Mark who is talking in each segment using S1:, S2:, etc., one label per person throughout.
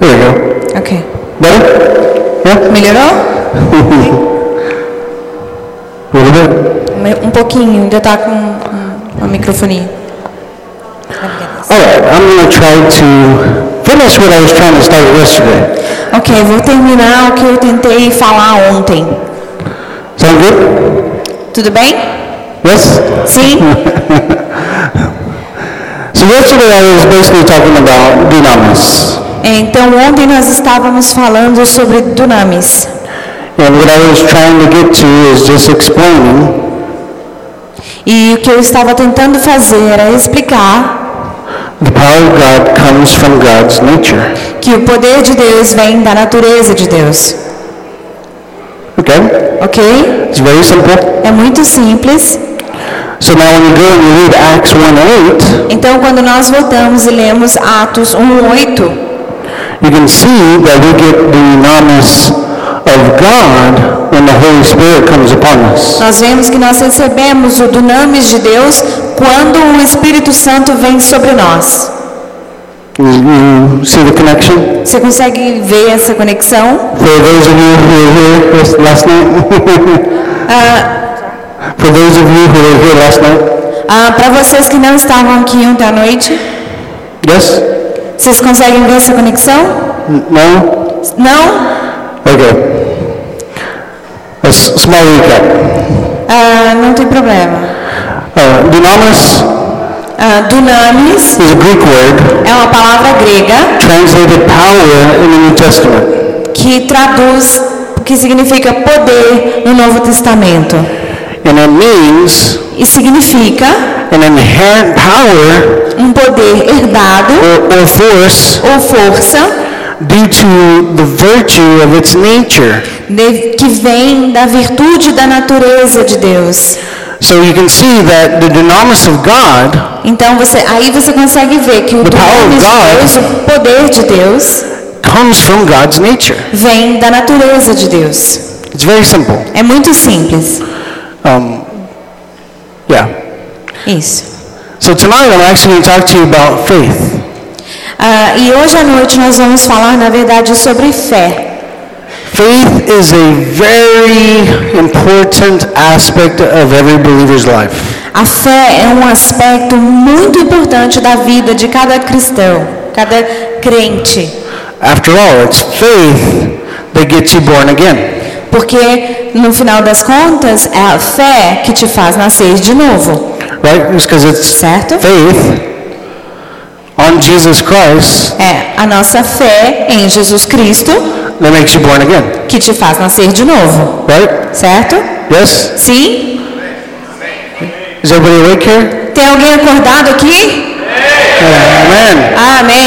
S1: There you go.
S2: Ok.
S1: Better? Yeah?
S2: Melhorou?
S1: A little bit.
S2: Me- Um pouquinho, ainda está com um- uma microfonia.
S1: Alright, I'm going to try to finish what I was trying to start yesterday.
S2: Ok, vou terminar o que eu tentei falar ontem.
S1: Sound good?
S2: Tudo bem?
S1: Yes?
S2: Sim?
S1: So yesterday I was basically talking about dunamis.
S2: Então, ontem nós estávamos falando sobre dunamis.
S1: And what I was trying to get to is just explaining
S2: E o que eu estava tentando fazer era explicar
S1: the power of God comes from God's nature.
S2: que o poder de Deus vem da natureza de Deus.
S1: Okay?
S2: Ok?
S1: It's very simple.
S2: É muito simples.
S1: So now when you go and you read Acts 1 8,
S2: Então, quando nós voltamos e lemos Atos 1:8,
S1: you can see that we get the dunamis of God when the Holy Spirit comes upon us.
S2: nós vemos que nós recebemos o dunamis de Deus quando o Espírito Santo vem sobre nós.
S1: You, you see the connection?
S2: Você consegue ver essa conexão?
S1: For those of you who were here this- last night,
S2: Ah,
S1: for those of you who were here last night,
S2: ah, Para vocês que não estavam aqui ontem à noite,
S1: yes?
S2: vocês conseguem ver essa conexão?
S1: N- No?
S2: Não?
S1: Okay. A s- small recap.
S2: Ah, não tem problema.
S1: Uh, dynamis
S2: Ah, dunamis
S1: is a Greek word
S2: é uma palavra grega
S1: translated power in the New Testament.
S2: que traduz o que significa poder no Novo Testamento.
S1: And it means
S2: E significa
S1: an inherent power
S2: um poder herdado
S1: or, or force
S2: ou força
S1: due to the virtue of its nature.
S2: de- que vem da virtude da natureza de Deus.
S1: So you can see that the dynamis of God
S2: Então você, aí você consegue ver que o
S1: The power of
S2: dunamis de
S1: God.
S2: Deus, o poder de Deus,
S1: comes from God's nature.
S2: vem da natureza de Deus.
S1: It's very simple.
S2: É muito simples.
S1: Um, yeah.
S2: Isso.
S1: So tonight I'm actually going to talk to you about faith.
S2: Ah, e hoje à noite nós vamos falar, na verdade, sobre fé.
S1: Faith is a very important aspect of every believer's life.
S2: A fé é um aspecto muito importante da vida de cada cristão, cada crente.
S1: After all, it's faith that gets you born again.
S2: Porque no final das contas é a fé que te faz nascer de novo,
S1: Right? It's because it's
S2: certo?
S1: faith on Jesus Christ
S2: É a nossa fé em Jesus Cristo
S1: that makes you born again.
S2: que te faz nascer de novo,
S1: Right?
S2: certo?
S1: Yes?
S2: Sim?
S1: Is everybody awake here?
S2: Tem alguém acordado aqui? Ah,
S1: Amen.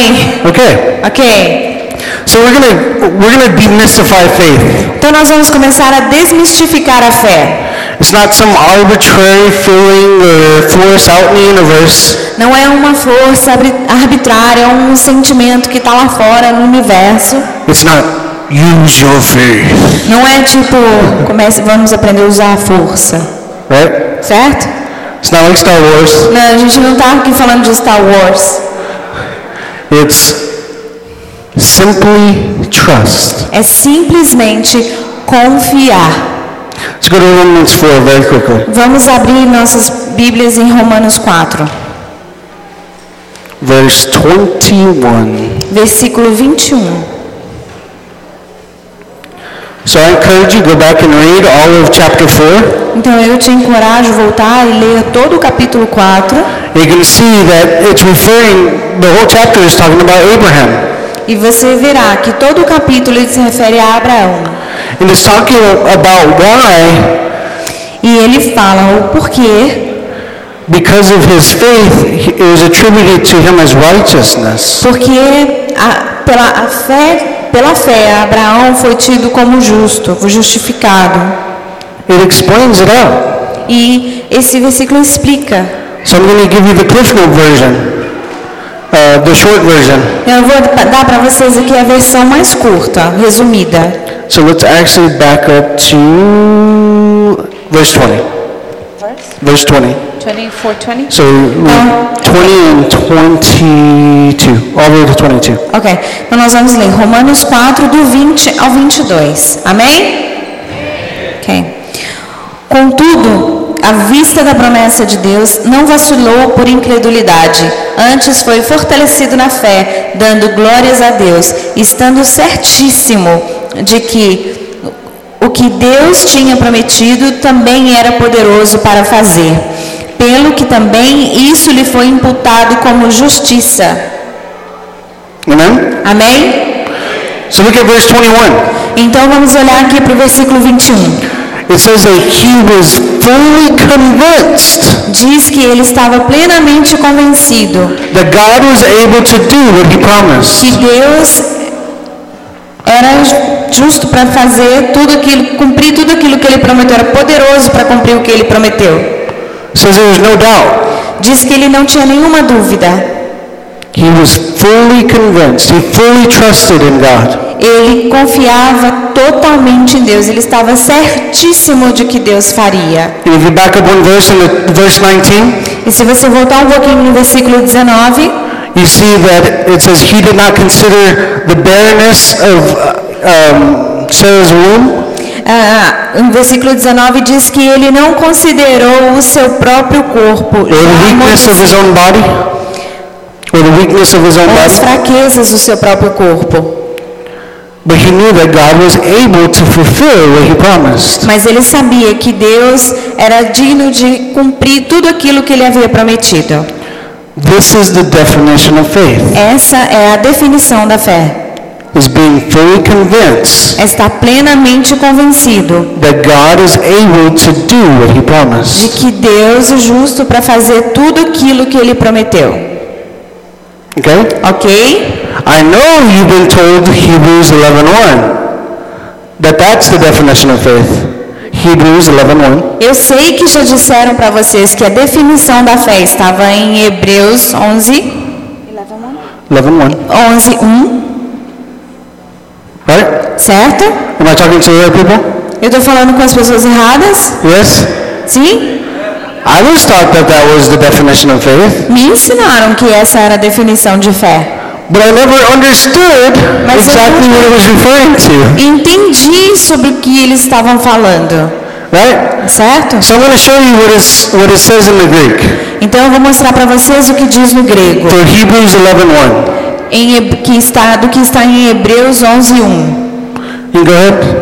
S2: Amém.
S1: Okay.
S2: Ok.
S1: So we're gonna we're gonna demystify faith.
S2: Então nós vamos começar a desmistificar a fé.
S1: It's not some arbitrary feeling or force out in the universe.
S2: Não é uma força abri- arbitrária, um sentimento que está lá fora no universo.
S1: It's not use your faith,
S2: Não é tipo, comece, vamos aprender a usar a força,
S1: right?
S2: certo?
S1: It's not like Star Wars.
S2: Não, a gente não tá aqui falando de Star Wars.
S1: It's simply trust.
S2: É simplesmente confiar.
S1: Let's go to Romans 4 very quickly.
S2: Vamos abrir nossas Bíblias em Romanos 4,
S1: Verse 21.
S2: versículo 21.
S1: So I encourage you go back and read all of chapter 4.
S2: Então eu te encorajo a voltar e ler todo o capítulo 4
S1: You're going to see that it's referring, the whole chapter is talking about Abraham.
S2: e você verá que todo o capítulo ele se refere a Abraão.
S1: And it's talking about why,
S2: E ele fala o porquê,
S1: because of his faith, it was attributed to him as righteousness.
S2: porque a- pela a fé, pela fé Abraão foi tido como justo, foi justificado.
S1: It explains it out.
S2: E esse versículo explica
S1: So I'm going to give you the Cliff Note version, uh, the short version.
S2: Eu vou pa- dar para vocês aqui a versão mais curta, resumida.
S1: So let's actually back up to verse 20. Verse 20.
S2: 24, 20?
S1: So read 20 and 20. 22, all the way to 22.
S2: Ok, então nós vamos ler Romanos 4, do 20 ao 22. Amém? Ok. Contudo, à vista da promessa de Deus, não vacilou por incredulidade. Antes foi fortalecido na fé, dando glórias a Deus, estando certíssimo de que o que Deus tinha prometido também era poderoso para fazer. Pelo que também isso lhe foi imputado como justiça.
S1: Amen?
S2: Amém?
S1: So look at verse 21.
S2: Então vamos olhar aqui para o versículo 21.
S1: It says that he was fully convinced
S2: Diz que ele estava plenamente convencido
S1: that God was able to do what he
S2: que
S1: promised.
S2: Deus era ju- justo para fazer tudo aquilo, cumprir tudo aquilo que ele prometeu, era poderoso para cumprir o que ele prometeu.
S1: says there was no doubt.
S2: Diz que ele não tinha nenhuma dúvida.
S1: He was fully convinced. He fully trusted in God.
S2: Ele confiava totalmente em Deus, ele estava certíssimo de que Deus faria.
S1: And if you back up one verse in the, verse 19,
S2: E se você voltar um pouquinho no versículo 19,
S1: you see that it says he did not consider the barrenness of uh, um, Sarah's womb.
S2: ah, no versículo 19 diz que ele não considerou o seu próprio corpo
S1: Or the
S2: já
S1: weakness of his own body. Or the weakness of his own
S2: ou as
S1: body.
S2: fraquezas do seu próprio corpo.
S1: But he knew that God was able to fulfill what he promised.
S2: Mas ele sabia que Deus era digno de cumprir tudo aquilo que ele havia prometido.
S1: This is the definition of faith,
S2: Essa é a definição da fé.
S1: is being fully convinced
S2: É estar plenamente convencido
S1: that God is able to do what he
S2: de
S1: promised.
S2: que Deus é justo para fazer tudo aquilo que ele prometeu.
S1: Okay?
S2: Ok?
S1: I know you've been told Hebrews 11:1 that that's the definition of faith. Hebrews 11:1.
S2: Eu sei que já disseram para vocês que a definição da fé estava em Hebreus 11,
S1: 11:1.
S2: 11, 1,
S1: Right?
S2: certo?
S1: Am I talking to the right people?
S2: Eu estou falando com as pessoas erradas?
S1: Yes?
S2: Sim?
S1: I was taught that that was the definition of faith,
S2: Me ensinaram que essa era a definição de fé.
S1: but I never understood
S2: Mas eu
S1: exactly what it was referring to.
S2: Entendi sobre o que eles estavam falando,
S1: Right?
S2: certo?
S1: So I'm going to show you what, is, what it says in the Greek
S2: Então eu vou mostrar para vocês o que diz no grego,
S1: for Hebrews 11.1.
S2: em heb- que está, do que está em Hebreus 11:1.
S1: You go ahead.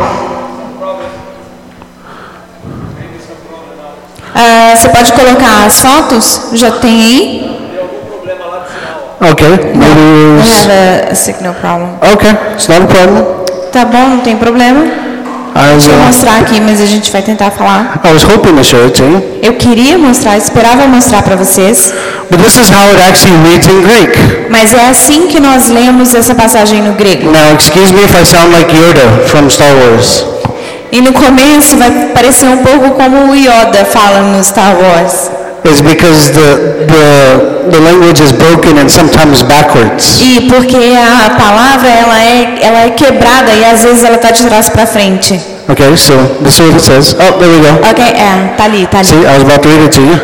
S2: Ah, você pode colocar as fotos? Já tem aí?
S1: Okay. Maybe it
S2: I
S1: was,
S2: have a signal problem.
S1: okay. It's not a problem.
S2: Tá bom, não tem problema.
S1: I was,
S2: Vou
S1: uh,
S2: mostrar aqui, mas a gente vai tentar falar.
S1: I was hoping to show it to you,
S2: Eu queria mostrar, esperava mostrar para vocês,
S1: but this is how it actually reads in Greek.
S2: mas é assim que nós lemos essa passagem no grego.
S1: Now, excuse me if I sound like Yoda from Star Wars.
S2: E no começo vai parecer um pouco como o Yoda fala no Star Wars.
S1: It's because the, the, the language is broken and sometimes backwards.
S2: E porque a palavra ela é, ela é quebrada e às vezes ela tá de trás para frente.
S1: Okay, so this is what it says. Oh, there we go.
S2: Ok, é, tá ali, tá ali.
S1: See, I was about to read it to you.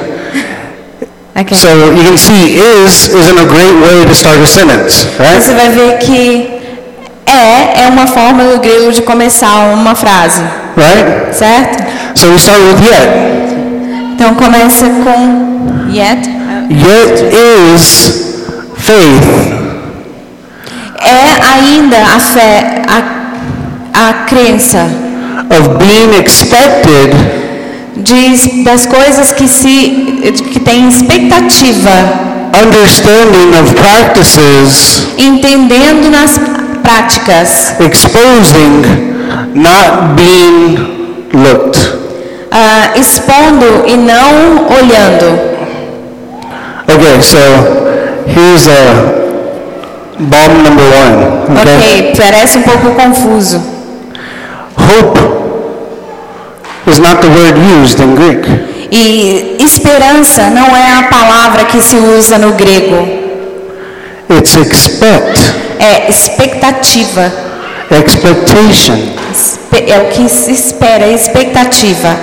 S2: Ok.
S1: So you can see is isn't a great way to start a sentence, right?
S2: Você vai ver que é é uma forma do grego de começar uma frase,
S1: Right?
S2: certo?
S1: So we start with yet.
S2: Então começa com yet.
S1: Yet is faith
S2: É ainda a fé, a, a crença
S1: of being expected
S2: de, das coisas que se que tem expectativa
S1: understanding of practices
S2: entendendo nas práticas,
S1: exposing not being looked.
S2: ah, expondo e não olhando.
S1: Okay, so here's a bomb number one. Okay.
S2: Ok, parece um pouco confuso.
S1: Hope is not the word used in Greek.
S2: E esperança não é a palavra que se usa no grego,
S1: It's expect,
S2: é expectativa.
S1: expectation.
S2: Espe- É o que se espera, é expectativa.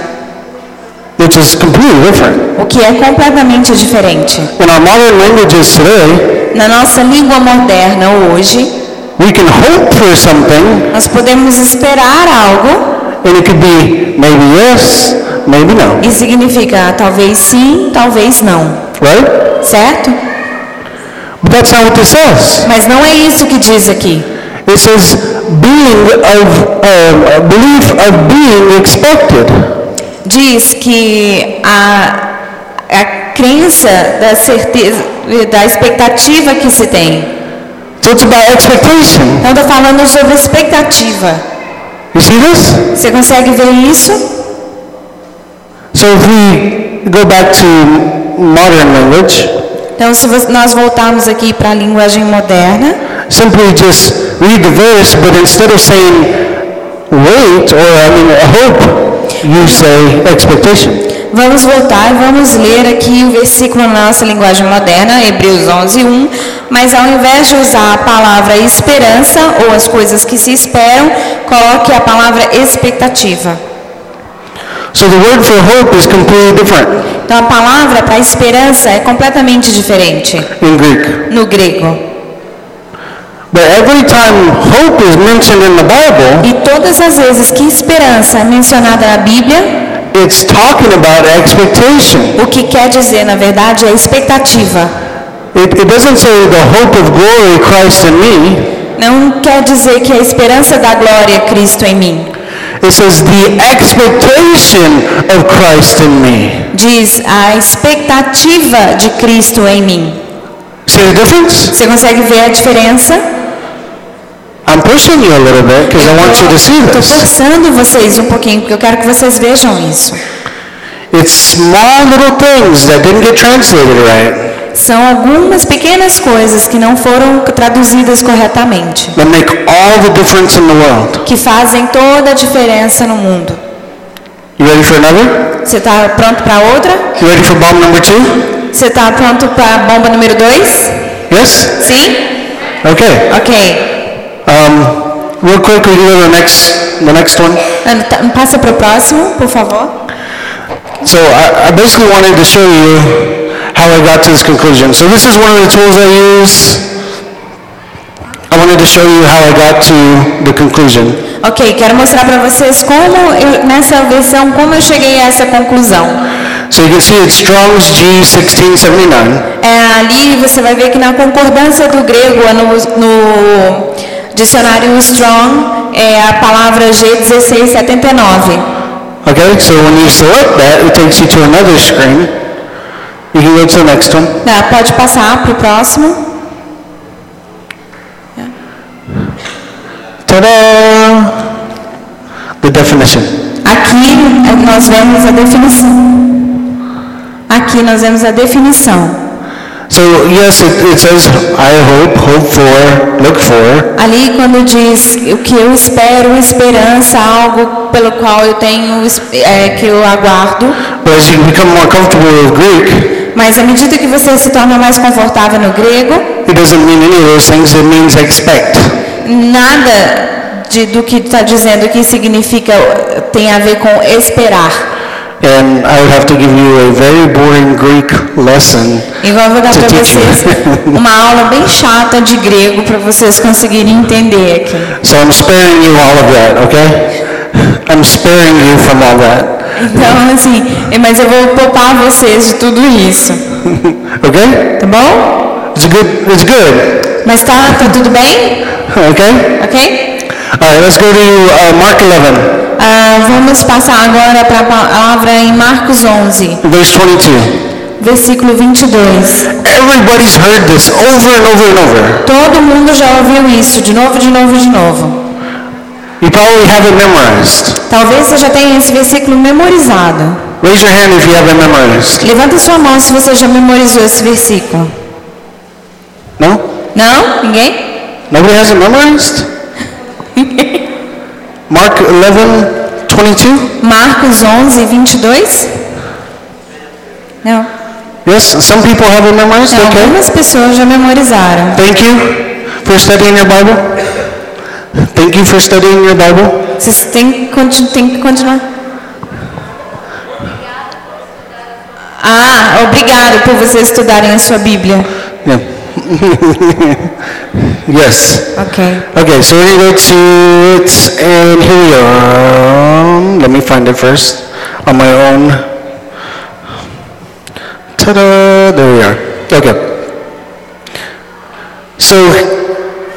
S1: which is completely different.
S2: o que é completamente diferente.
S1: In our modern languages today,
S2: Na nossa língua moderna hoje,
S1: we can hope for something,
S2: nós podemos esperar algo
S1: and it could be maybe yes, maybe no,
S2: e significa talvez sim, talvez não,
S1: right?
S2: certo?
S1: But that's not what this says.
S2: Mas não é isso que diz aqui.
S1: It says being of uh, belief of being expected.
S2: Diz que a, a crença da certeza, da expectativa que se tem.
S1: So it's about expectation.
S2: Então, estou falando sobre expectativa.
S1: You see this?
S2: Você consegue ver isso?
S1: So if we go back to modern language,
S2: Então, se vo- nós voltarmos aqui para a linguagem moderna,
S1: simply just read the verse, but instead of saying wait or I mean hope, you say expectation.
S2: Vamos voltar e vamos ler aqui o versículo na nossa linguagem moderna, Hebreus 11, 1. Mas ao invés de usar a palavra esperança ou as coisas que se esperam, coloque a palavra expectativa.
S1: So the word for hope is completely different
S2: Então a palavra para esperança é completamente diferente
S1: in Greek.
S2: no grego.
S1: But every time hope is mentioned in the Bible,
S2: E todas as vezes que esperança é mencionada na Bíblia,
S1: it's talking about expectation.
S2: o que quer dizer na verdade é expectativa.
S1: It, it doesn't say the hope of glory Christ in me.
S2: Não quer dizer que a esperança da glória é Cristo em mim.
S1: It says the expectation of Christ in me.
S2: Diz a expectativa de Cristo é em mim.
S1: See the difference?
S2: Você consegue ver a diferença?
S1: I'm pushing you a little bit because I want you to see
S2: Estou
S1: this.
S2: forçando vocês um pouquinho, porque eu quero que vocês vejam isso.
S1: It's small little things that didn't get translated right
S2: São algumas pequenas coisas que não foram traduzidas corretamente,
S1: that make all the difference in the world.
S2: que fazem toda a diferença no mundo.
S1: You ready for another?
S2: Você está pronto para outra?
S1: You ready for bomb number two?
S2: Você está pronto para a bomba número 2?
S1: Yes?
S2: Sim?
S1: Okay.
S2: Ok.
S1: Um, real quick, we can go to the next, the next one.
S2: Ana, tá- Passa para o próximo, por favor.
S1: So I, I basically wanted to show you how I got to this conclusion. So this is one of the tools I use. I wanted to show you how I got to the conclusion.
S2: Ok, quero mostrar para vocês como, eu, nessa versão, como eu cheguei a essa conclusão.
S1: So you can see it's Strong's G1679.
S2: É, ali você vai ver que na concordância do grego, no, no dicionário Strong, é a palavra G1679.
S1: Okay, so when you select that, it takes you to another screen. You can go to the next one.
S2: Tá, pode passar para o próximo.
S1: Ta-da! The definition.
S2: Aqui é, nós vemos a definição. Aqui nós vemos a definição.
S1: So yes, it, it says, I hope, hope for, look for.
S2: Ali quando diz o que eu espero, esperança, algo pelo qual eu tenho, es- é, que eu aguardo.
S1: But as you become more comfortable with Greek,
S2: Mas à medida que você se torna mais confortável no grego,
S1: it doesn't mean any of those things. It means expect.
S2: Nada de- do que está dizendo que significa tem a ver com esperar.
S1: And I would have to give you a very boring Greek lesson.
S2: Igual eu vou dar para
S1: Teacher.
S2: vocês uma aula bem chata de grego para vocês conseguirem entender aqui.
S1: So I'm sparing you all of that, okay? I'm sparing you from all that,
S2: Então, assim, eh, mas eu vou poupar vocês de tudo isso,
S1: okay?
S2: tá bom?
S1: It's good. It's good.
S2: Mas tá, tá tudo bem?
S1: Okay.
S2: Ok?
S1: All right. Let's go to uh, Mark 11,
S2: Ah, vamos passar agora para a palavra em Marcos 11,
S1: verse 22.
S2: versículo 22.
S1: Everybody's heard this over and over and over.
S2: Todo mundo já ouviu isso, de novo, de novo, de novo.
S1: You probably have it memorized.
S2: Talvez você já tenha esse versículo memorizado.
S1: Raise your hand if you have it memorized.
S2: Levanta sua mão se você já memorizou esse versículo.
S1: No?
S2: Não? Ninguém?
S1: Nobody has it memorized? Mark 11, 22.
S2: Marcos 11, 22? Não.
S1: Yes. Some people have it memorized.
S2: Não,
S1: Okay.
S2: Algumas pessoas já memorizaram.
S1: Thank you for studying your Bible. Thank you for studying your Bible.
S2: Vocês têm que, continu- têm que continuar. Ah, obrigado por vocês estudarem a sua Bíblia.
S1: Yeah. yes.
S2: Ok.
S1: Okay, so we're going to go to it, and here we are. Let me find it first on my own. Ta-da! There we are. Okay. So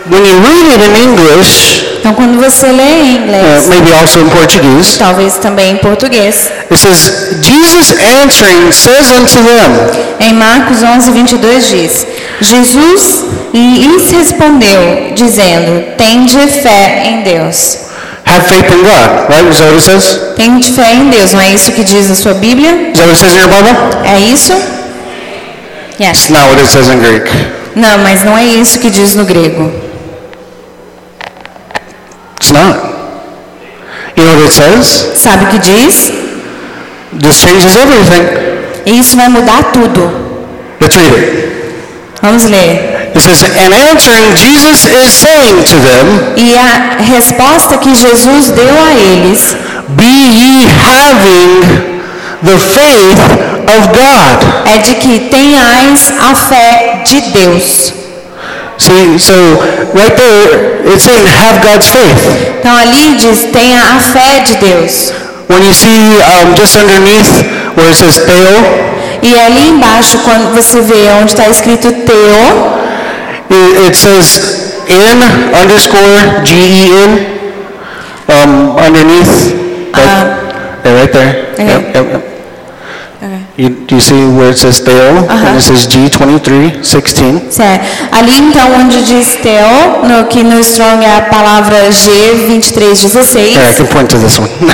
S1: when you read it in English,
S2: Então, quando você lê em
S1: uh,
S2: inglês,
S1: maybe also in Portuguese,
S2: talvez também em português,
S1: it says, "Jesus answering says unto them."
S2: em Marcos 11, 22 diz: Jesus lhes respondeu, dizendo: Tende fé em Deus.
S1: Have faith in God, right? Is that what it says?
S2: Tende fé em Deus, não é isso que diz a sua Bíblia?
S1: Is that what it says in your Bible?
S2: É isso?
S1: It's
S2: Yes.
S1: not what it says in Greek.
S2: Não, mas não é isso que diz no grego.
S1: It's not. You know what it says?
S2: Sabe o que diz?
S1: This changes everything.
S2: E isso vai mudar tudo.
S1: Let's read it.
S2: Vamos ler.
S1: It says, And answering, Jesus is saying to them,
S2: E a resposta que Jesus deu a eles:
S1: Be ye having the faith of God.
S2: é de que tenhais a fé de Deus.
S1: See, so right there, it's saying have God's faith.
S2: Então ali diz tenha a fé de Deus.
S1: When you see um, just underneath where it says Theo,
S2: E ali embaixo quando você vê onde está escrito teo,
S1: it, it says in underscore G-E-N um, underneath. Right, yeah, right there. Yep, yep, yep. You, do you see where it says Theo? And it says G2316.
S2: certo? ali então onde diz teo, no que no Strong é a palavra G 2316,
S1: Here, I can point to this one.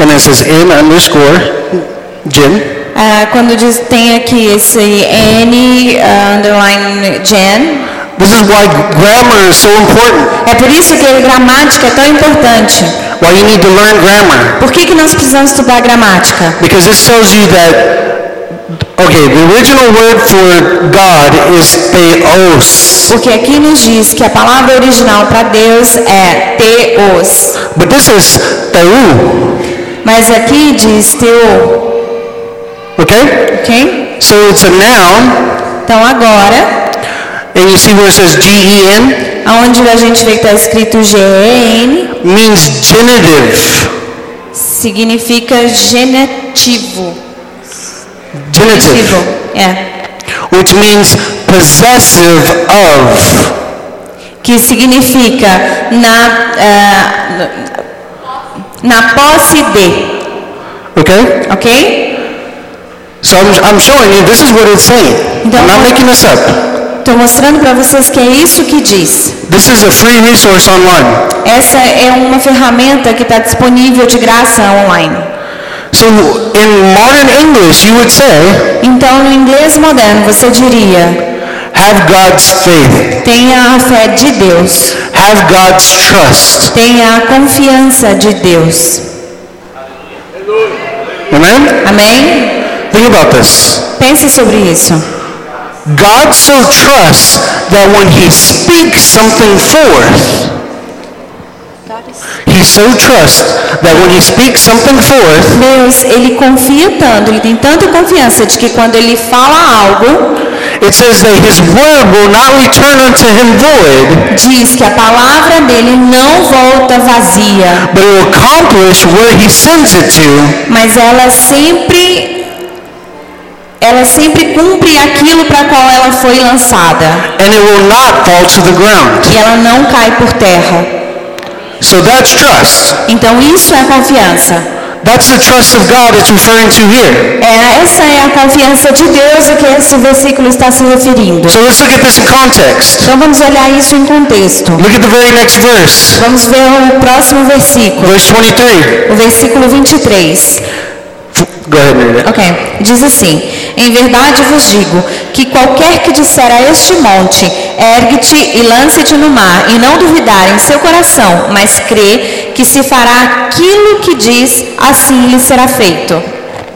S1: And it says in underscore E Jim.
S2: ah, quando diz tem aqui esse N ah, underline gen,
S1: This is why grammar is so important.
S2: é por isso que a gramática é tão importante.
S1: Why you need to learn grammar.
S2: Por que, que nós precisamos estudar gramática?
S1: Because this tells you that, okay, the original word for God is theos.
S2: Porque aqui nos diz que a palavra original para Deus é teos.
S1: But this is theu.
S2: Mas aqui diz teu,
S1: Okay?
S2: ok?
S1: So it's a noun.
S2: Então agora,
S1: And you see where it says E G-E-N?
S2: aonde a gente vê que está escrito GEN,
S1: Means genitive.
S2: significa genetivo.
S1: Genitive.
S2: Genetivo, é.
S1: which means possessive of.
S2: Que significa na, eh, na posse de,
S1: Okay?
S2: ok?
S1: So I'm, I'm showing you this is what it's saying. I'm not making this up.
S2: Estou mostrando para vocês que é isso que diz.
S1: This is a free resource online.
S2: Essa é uma ferramenta que está disponível de graça online.
S1: So in modern English, you would say,
S2: Então, no inglês moderno, você diria:
S1: have God's faith,
S2: tenha a fé de Deus.
S1: have God's trust.
S2: Tenha a confiança de Deus.
S1: Amen?
S2: Amém?
S1: Think about this.
S2: Pense sobre isso.
S1: God so trusts that when he speaks something forth, he so trusts that when he speaks something forth,
S2: Deus, ele confia tanto, ele tem tanta confiança de que quando ele fala algo,
S1: It says that his word will not return unto him void,
S2: diz que a palavra dele não volta vazia,
S1: but it will accomplish where he sends it to,
S2: mas ela sempre ela sempre cumpre aquilo para qual ela foi lançada
S1: and it will not fall to the ground.
S2: e ela não cai por terra.
S1: So that's trust.
S2: Então isso é confiança.
S1: That's the trust of God it's referring to here.
S2: É, essa é a confiança de Deus a que esse versículo está se referindo.
S1: So let's look at this in context.
S2: Então vamos olhar isso em contexto.
S1: Look at the very next verse,
S2: Vamos ver o próximo versículo,
S1: verse 23.
S2: o versículo 23.
S1: F- Go ahead and read it.
S2: Ok, diz assim: Em verdade vos digo que qualquer que disser a este monte, ergue-te e lance-te no mar, e não duvidar em seu coração, mas crê que se fará aquilo que diz, assim lhe será feito.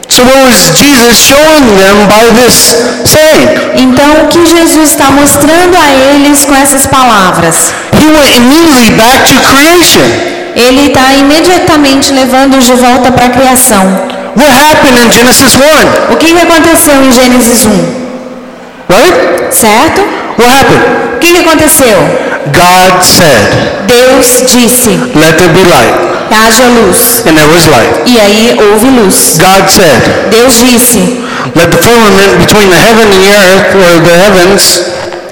S1: So what was Jesus showing them by this saying?
S2: Então, o que Jesus está mostrando a eles com essas palavras?
S1: He went immediately back to creation.
S2: Ele está imediatamente levando-os de volta para a criação.
S1: What happened in Genesis 1?
S2: O que que aconteceu em Gênesis 1?
S1: Right?
S2: Certo?
S1: What happened?
S2: O que que aconteceu?
S1: God said,
S2: Deus disse:
S1: Let there be light.
S2: haja luz.
S1: And there was light.
S2: E aí houve luz.
S1: God said,
S2: Deus disse:
S1: Let the firmament between the heaven and the earth, or the heavens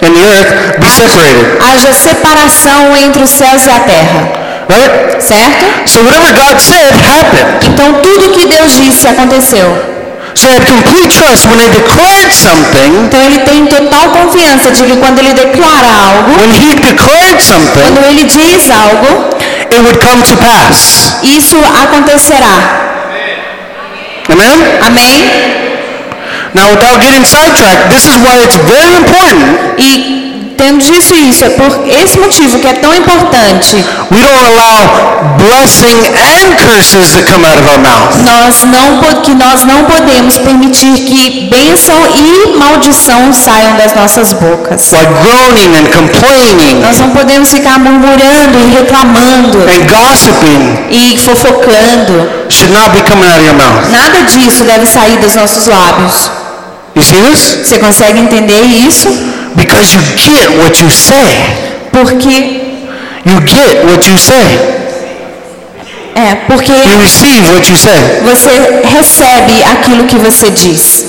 S1: and the earth, be separated.
S2: haja separação entre os céus e a terra.
S1: Right?
S2: Certo?
S1: So whatever God said happened.
S2: Então tudo que Deus disse aconteceu.
S1: So I had complete trust when I declared something,
S2: Então ele tem total confiança de que quando ele declara algo,
S1: when he declared something,
S2: quando ele diz algo,
S1: it would come to pass.
S2: isso acontecerá.
S1: Amen?
S2: Amém?
S1: Now without getting sidetracked, this is why it's very important
S2: E temos visto isso, é por esse motivo que é tão importante.
S1: We don't allow blessing and curses to come out of our mouth.
S2: Nós não, po- que nós não podemos permitir que bênção e maldição saiam das nossas bocas.
S1: By groaning and complaining
S2: Nós não podemos ficar murmurando e reclamando
S1: and gossiping
S2: e fofocando.
S1: should not be coming out of your mouth.
S2: Nada disso deve sair dos nossos lábios.
S1: You see this?
S2: Você consegue entender isso?
S1: Because you get what you say.
S2: Porque
S1: You get what you say.
S2: é, porque
S1: You receive what you say.
S2: você recebe aquilo que você diz.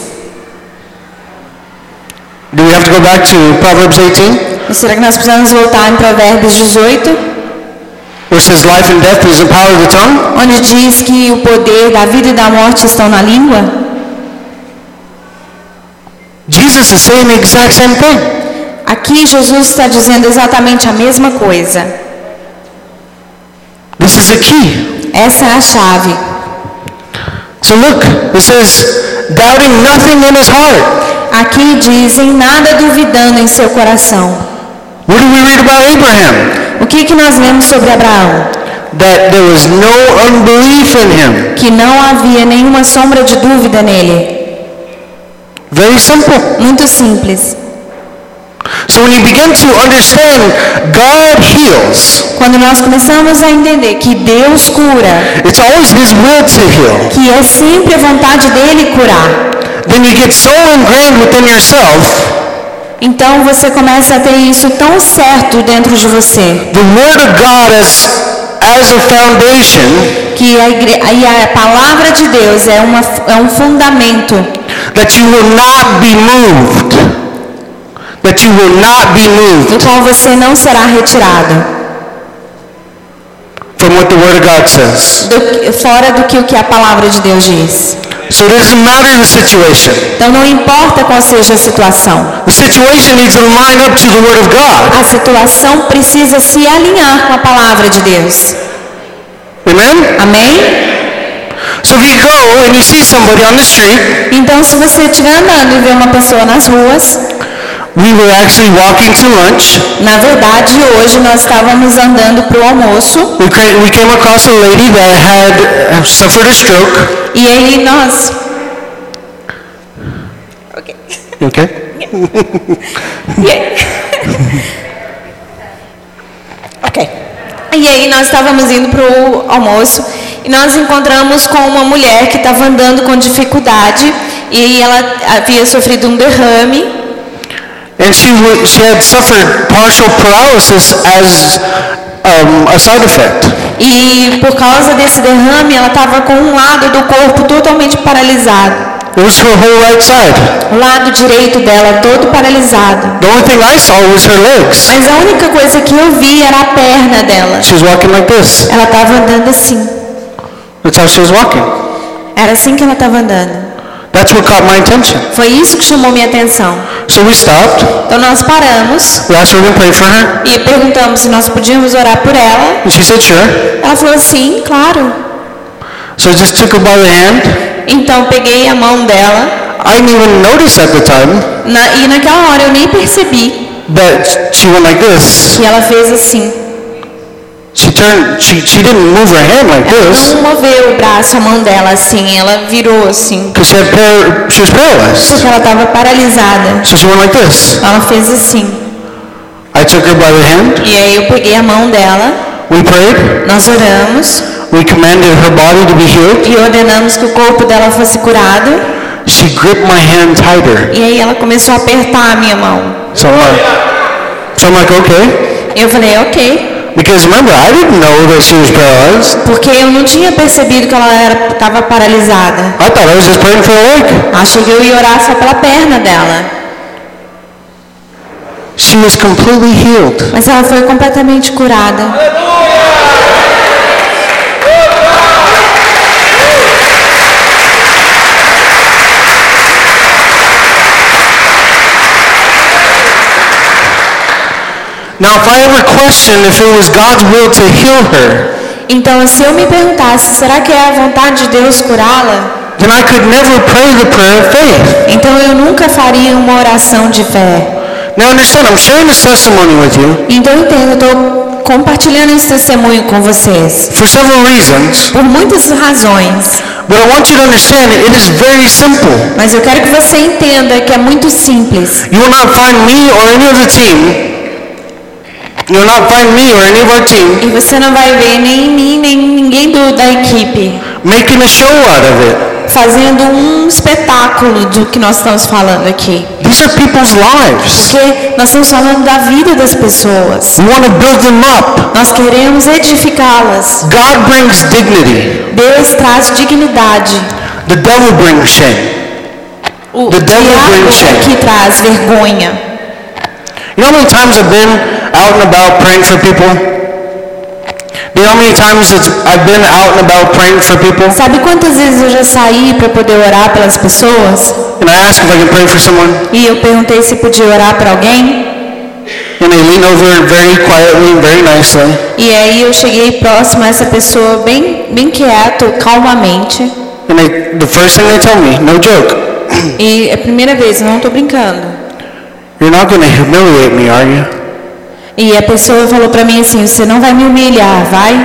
S1: Do we have to go back to Proverbs 18?
S2: Será que nós precisamos voltar em Provérbios 18,
S1: Where it says life and death is the power of the tongue?
S2: onde diz que o poder da vida e da morte estão na língua?
S1: Jesus is saying the exact same thing.
S2: Aqui Jesus está dizendo exatamente a mesma coisa.
S1: This is the key.
S2: Essa é a chave.
S1: So look, it says, doubting nothing in his heart.
S2: Aqui dizem nada duvidando em seu coração.
S1: What do we read about Abraham?
S2: O que, que nós vemos sobre Abraão?
S1: that there was no unbelief in him.
S2: Que não havia nenhuma sombra de dúvida nele.
S1: Very simple.
S2: Muito simples.
S1: So when you begin to understand God heals,
S2: Quando nós começamos a entender que Deus cura,
S1: it's always His will to heal,
S2: que é sempre a vontade dele curar,
S1: then you get so ingrained within yourself,
S2: então você começa a ter isso tão certo dentro de você
S1: the Word of God as, as a foundation,
S2: que a, igre... e a palavra de Deus é, uma... é um fundamento
S1: that you will not be moved. That you will not be moved
S2: do qual você não será retirado,
S1: from what the Word of God says.
S2: do que- fora do que o que a palavra de Deus diz.
S1: So it doesn't matter the situation.
S2: Então não importa qual seja a situação.
S1: The situation needs to line up to the Word of God.
S2: A situação precisa se alinhar com a palavra de Deus.
S1: Amen?
S2: Amém?
S1: So if you go and you see somebody on the street,
S2: Então, se você estiver andando e ver uma pessoa nas ruas,
S1: we were actually walking to lunch.
S2: na verdade, hoje nós estávamos andando para o almoço
S1: We, cra- we came across a lady that had uh, suffered a stroke.
S2: e aí nós.
S1: Okay.
S2: E aí... ok. E aí nós estávamos indo para o almoço e nós encontramos com uma mulher que estava andando com dificuldade e ela havia sofrido um derrame
S1: And she, wa- she had suffered partial paralysis as um, a side effect.
S2: E por causa desse derrame, ela estava com um lado do corpo totalmente paralisado.
S1: It was her whole right side.
S2: O lado direito dela todo paralisado.
S1: The only thing I saw was her legs.
S2: Mas a única coisa que eu vi era a perna dela.
S1: She was walking like this.
S2: Ela estava andando assim.
S1: That's how she was walking.
S2: Era assim que ela estava andando.
S1: That's what caught my attention.
S2: Foi isso que chamou minha atenção.
S1: So we stopped.
S2: Então nós paramos
S1: We asked her to pray for her.
S2: e perguntamos se nós podíamos orar por ela.
S1: And she said, sure.
S2: Ela falou sim, claro.
S1: So I just took her by the hand.
S2: Então peguei a mão dela
S1: I didn't even notice at the time,
S2: na- e naquela hora eu nem percebi
S1: but she went like this.
S2: que ela fez assim.
S1: She turned, she, she didn't move her hand like this
S2: Não moveu o braço, a mão dela assim, ela virou assim.
S1: because she, had par- she was paralyzed.
S2: Porque ela estava paralisada.
S1: So she went like this.
S2: Ela fez assim.
S1: I took her by the hand.
S2: E aí eu peguei a mão dela,
S1: We prayed.
S2: nós oramos,
S1: We commanded her body to be healed.
S2: e ordenamos que o corpo dela fosse curado.
S1: She gripped my hand tighter.
S2: E aí ela começou a apertar a minha mão.
S1: So I'm like, so I'm like, okay.
S2: Eu falei, ok.
S1: Because remember, I didn't know that she was paralyzed.
S2: Porque eu não tinha percebido que ela estava paralisada.
S1: I thought I was just praying for her leg.
S2: Achei que eu ia orar só pela perna dela.
S1: She was completely healed.
S2: Mas ela foi completamente curada.
S1: Now, if I ever questioned if it was God's will to heal her,
S2: Então, se eu me perguntasse, será que é a vontade de Deus curá-la?
S1: then I could never pray the prayer of faith.
S2: Então eu nunca faria uma oração de fé.
S1: Now, understand, I'm sharing this testimony with you
S2: Então entendo, eu estou compartilhando esse testemunho com vocês.
S1: for several reasons,
S2: Por muitas razões.
S1: but I want you to understand it is very simple.
S2: Mas eu quero que você entenda que é muito simples.
S1: You will not find me or any of the team. You will not find me or any of our team
S2: E você não vai ver nem mim, nem ninguém do- da equipe
S1: making a show out of it.
S2: fazendo um espetáculo do que nós estamos falando aqui.
S1: These are people's lives.
S2: Porque nós estamos falando da vida das pessoas.
S1: We want to build them up.
S2: Nós queremos edificá-las.
S1: God brings dignity.
S2: Deus traz dignidade.
S1: The devil brings shame.
S2: O
S1: The devil
S2: diabo
S1: brings shame.
S2: é que traz vergonha.
S1: You know how many times I've been out and about praying for people? Do you know how many times it's, I've been out and about praying for people?
S2: Sabe quantas vezes eu já saí para poder orar pelas pessoas?
S1: And I ask if I can pray for someone,
S2: E eu perguntei se podia orar para alguém?
S1: and they lean over very quietly, very nicely.
S2: E aí eu cheguei próximo a essa pessoa bem, bem quieto, calmamente.
S1: And they, the first thing they tell me, no joke,
S2: E é a primeira vez, eu não tô brincando.
S1: you're not going to humiliate me, are you?
S2: E a pessoa falou pra mim assim, você não vai me humilhar, vai?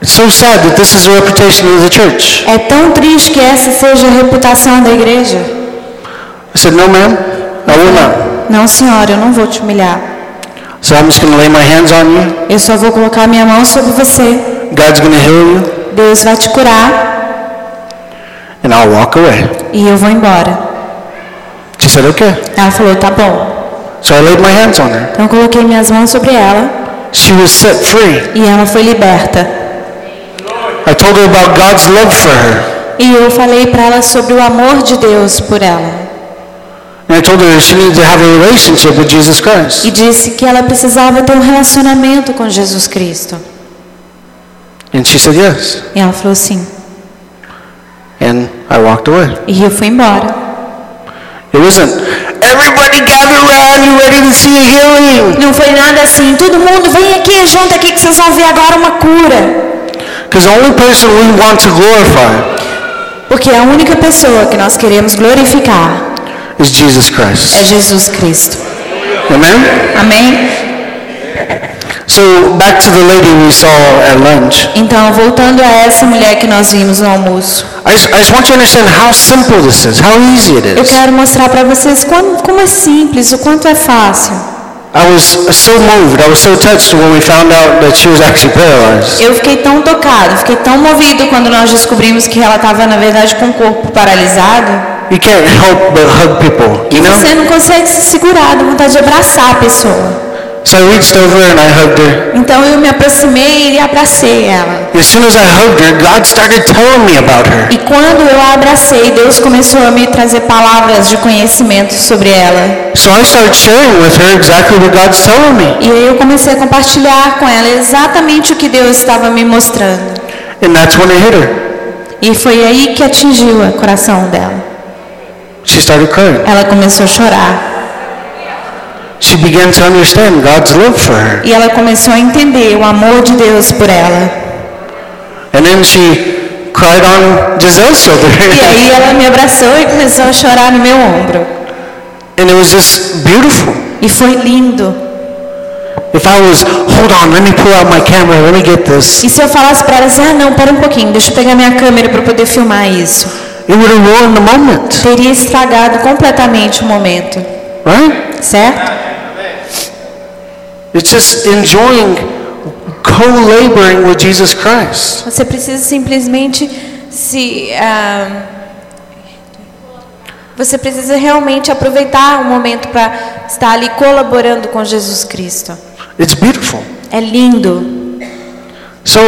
S1: It's so sad that this is the reputation of the church.
S2: É tão triste que essa seja a reputação da igreja.
S1: I said, no, ma'am, I will not.
S2: Não, senhora, eu não vou te humilhar.
S1: So I'm just going to lay my hands on you.
S2: Eu só vou colocar minha mão sobre você.
S1: God's going to heal you,
S2: Deus vai te curar
S1: and I'll walk away.
S2: e eu vou embora.
S1: She said, okay.
S2: Ela falou, tá bom.
S1: So I laid my hands on her.
S2: Então eu coloquei minhas mãos sobre ela
S1: She was set free.
S2: e ela foi liberta.
S1: I told her about God's love for her.
S2: E eu falei para ela sobre o amor de Deus por ela
S1: And I told her that she needed to have a relationship with Jesus Christ.
S2: e disse que ela precisava ter um relacionamento com Jesus Cristo.
S1: And she said yes.
S2: E ela falou assim, sim.
S1: And I walked away.
S2: E eu fui embora.
S1: It wasn't, everybody gather around, you ready to see a healing.
S2: Não foi nada assim. Todo mundo vem aqui junto aqui que vocês vão ver agora uma cura.
S1: Because the only person we want to glorify
S2: Porque a única pessoa que nós queremos glorificar
S1: is Jesus
S2: é
S1: Christ.
S2: Jesus Cristo.
S1: Amen?
S2: Amém?
S1: So back to the lady we saw at lunch.
S2: Então, voltando a essa mulher que nós vimos no almoço,
S1: I just, I just want you to understand how simple this is, how easy it
S2: eu
S1: is.
S2: quero mostrar para vocês como, como é simples, o quanto é fácil.
S1: I was so moved, I was so touched when we found out that she was actually paralyzed.
S2: Eu fiquei tão tocado, fiquei tão movido quando nós descobrimos que ela estava, na verdade, com o corpo paralisado.
S1: You can't help but hug people,
S2: E
S1: you know?
S2: você não consegue se segurar, dá vontade de abraçar a pessoa.
S1: So I reached over and I hugged her.
S2: Então eu me aproximei e abracei ela.
S1: And as soon as I hugged her, God started telling me about her.
S2: E quando eu a abracei, Deus começou a me trazer palavras de conhecimento sobre ela.
S1: So I started sharing with her exactly what God's telling me.
S2: E aí eu comecei a compartilhar com ela exatamente o que Deus estava me mostrando.
S1: And that's when it hit her.
S2: E foi aí que atingiu o coração dela.
S1: She started crying.
S2: Ela começou a chorar.
S1: She began to understand God's love for her.
S2: E ela começou a entender o amor de Deus por ela.
S1: And then she cried on Giselle's shoulder.
S2: E aí ela me abraçou e começou a chorar no meu ombro.
S1: and it was just beautiful.
S2: E foi lindo.
S1: If I was, hold on, let me pull out my camera, let me get this,
S2: E se eu falasse pra ela assim, ah não, para um pouquinho, deixa eu pegar minha câmera pra poder filmar isso.
S1: it would have ruined the moment,
S2: Teria estragado completamente o momento,
S1: right?
S2: certo?
S1: It's just enjoying co-laboring with Jesus Christ.
S2: Você precisa simplesmente se. ah, você precisa realmente aproveitar o momento para estar ali colaborando com Jesus Cristo.
S1: It's beautiful.
S2: É lindo.
S1: So,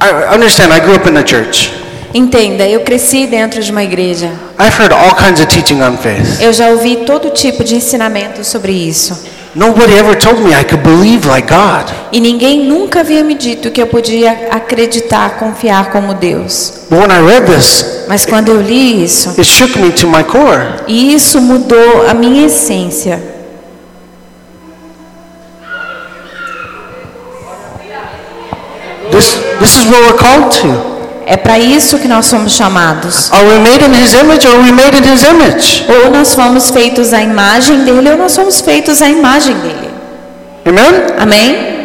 S1: I I understand. I grew up in a church.
S2: Entenda, eu cresci dentro de uma igreja.
S1: I've heard all kinds of teaching on faith.
S2: Eu já ouvi todo tipo de ensinamento sobre isso.
S1: Nobody ever told me I could believe like God.
S2: E ninguém nunca havia me dito que eu podia acreditar, confiar como Deus.
S1: But when I read this,
S2: Mas quando eu li isso,
S1: it shook me to my core.
S2: E isso mudou a minha essência.
S1: This, this is what we're called to.
S2: É para isso que nós somos chamados.
S1: Are we made in His image or are we made in His image?
S2: Ou nós fomos feitos à imagem dele, ou nós fomos feitos à imagem dele.
S1: Amen?
S2: Amém?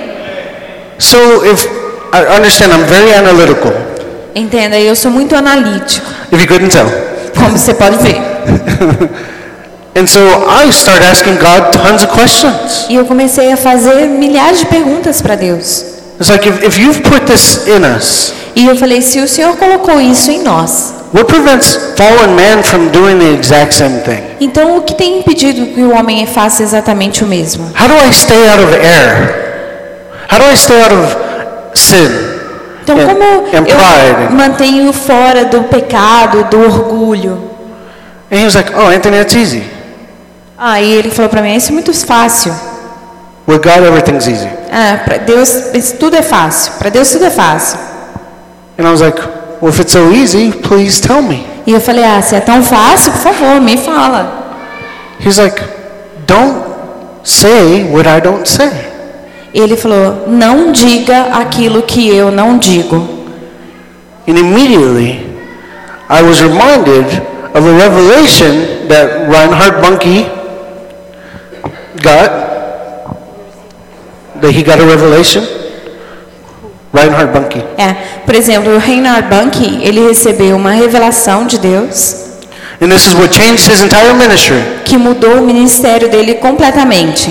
S1: So, if I understand, I'm very analytical,
S2: Entenda, eu sou muito analítico,
S1: if you couldn't tell.
S2: como você pode ver.
S1: And so I start asking God tons of questions.
S2: E eu comecei a fazer milhares de perguntas para Deus.
S1: It's like, if, if you've put this in us,
S2: E eu falei: se o Senhor colocou isso em nós,
S1: what prevents fallen man from doing the exact same thing?
S2: então o que tem impedido que o homem faça exatamente o mesmo?
S1: How do I stay out of error? How do I stay out of sin?
S2: Então,
S1: And-
S2: como
S1: and pride.
S2: eu mantenho fora do pecado, do orgulho?
S1: And he was like, Oh, Anthony, that's easy.
S2: Aí ele falou para mim, isso é muito fácil.
S1: With God, everything's easy.
S2: Ah, para Deus, isso tudo é fácil. Para Deus tudo é fácil.
S1: And I was like, Well, if it's so easy, please tell me.
S2: E eu falei, ah, se é tão fácil, por favor, me fala.
S1: He's like, Don't say what I don't say.
S2: Ele falou, não diga aquilo que eu não digo.
S1: And immediately, I was reminded of a revelation that Reinhard Bunke got. That he got a revelation. Reinhard Bunke.
S2: É, por exemplo, o Reinhard Bunke, ele recebeu uma revelação de Deus
S1: And this is what changed his entire ministry.
S2: que mudou o ministério dele completamente.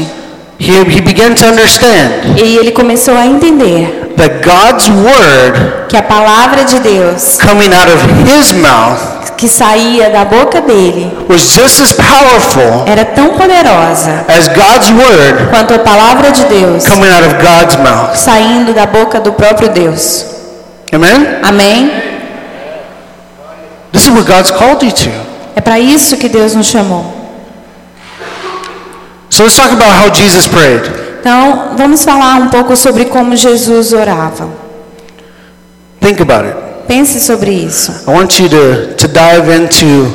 S1: He, he began to understand
S2: E ele começou a entender
S1: that God's word
S2: que a palavra de Deus
S1: coming out of his mouth
S2: que saía da boca dele
S1: was just as powerful
S2: era tão poderosa
S1: as God's word
S2: quanto a palavra de Deus
S1: coming out of God's mouth.
S2: saindo da boca do próprio Deus.
S1: Amen?
S2: Amém?
S1: This is what God's called you to.
S2: É para isso que Deus nos chamou.
S1: So let's talk about how Jesus prayed.
S2: Então, vamos falar um pouco sobre como Jesus orava.
S1: Think about it.
S2: Pense sobre isso.
S1: I want you to, to dive into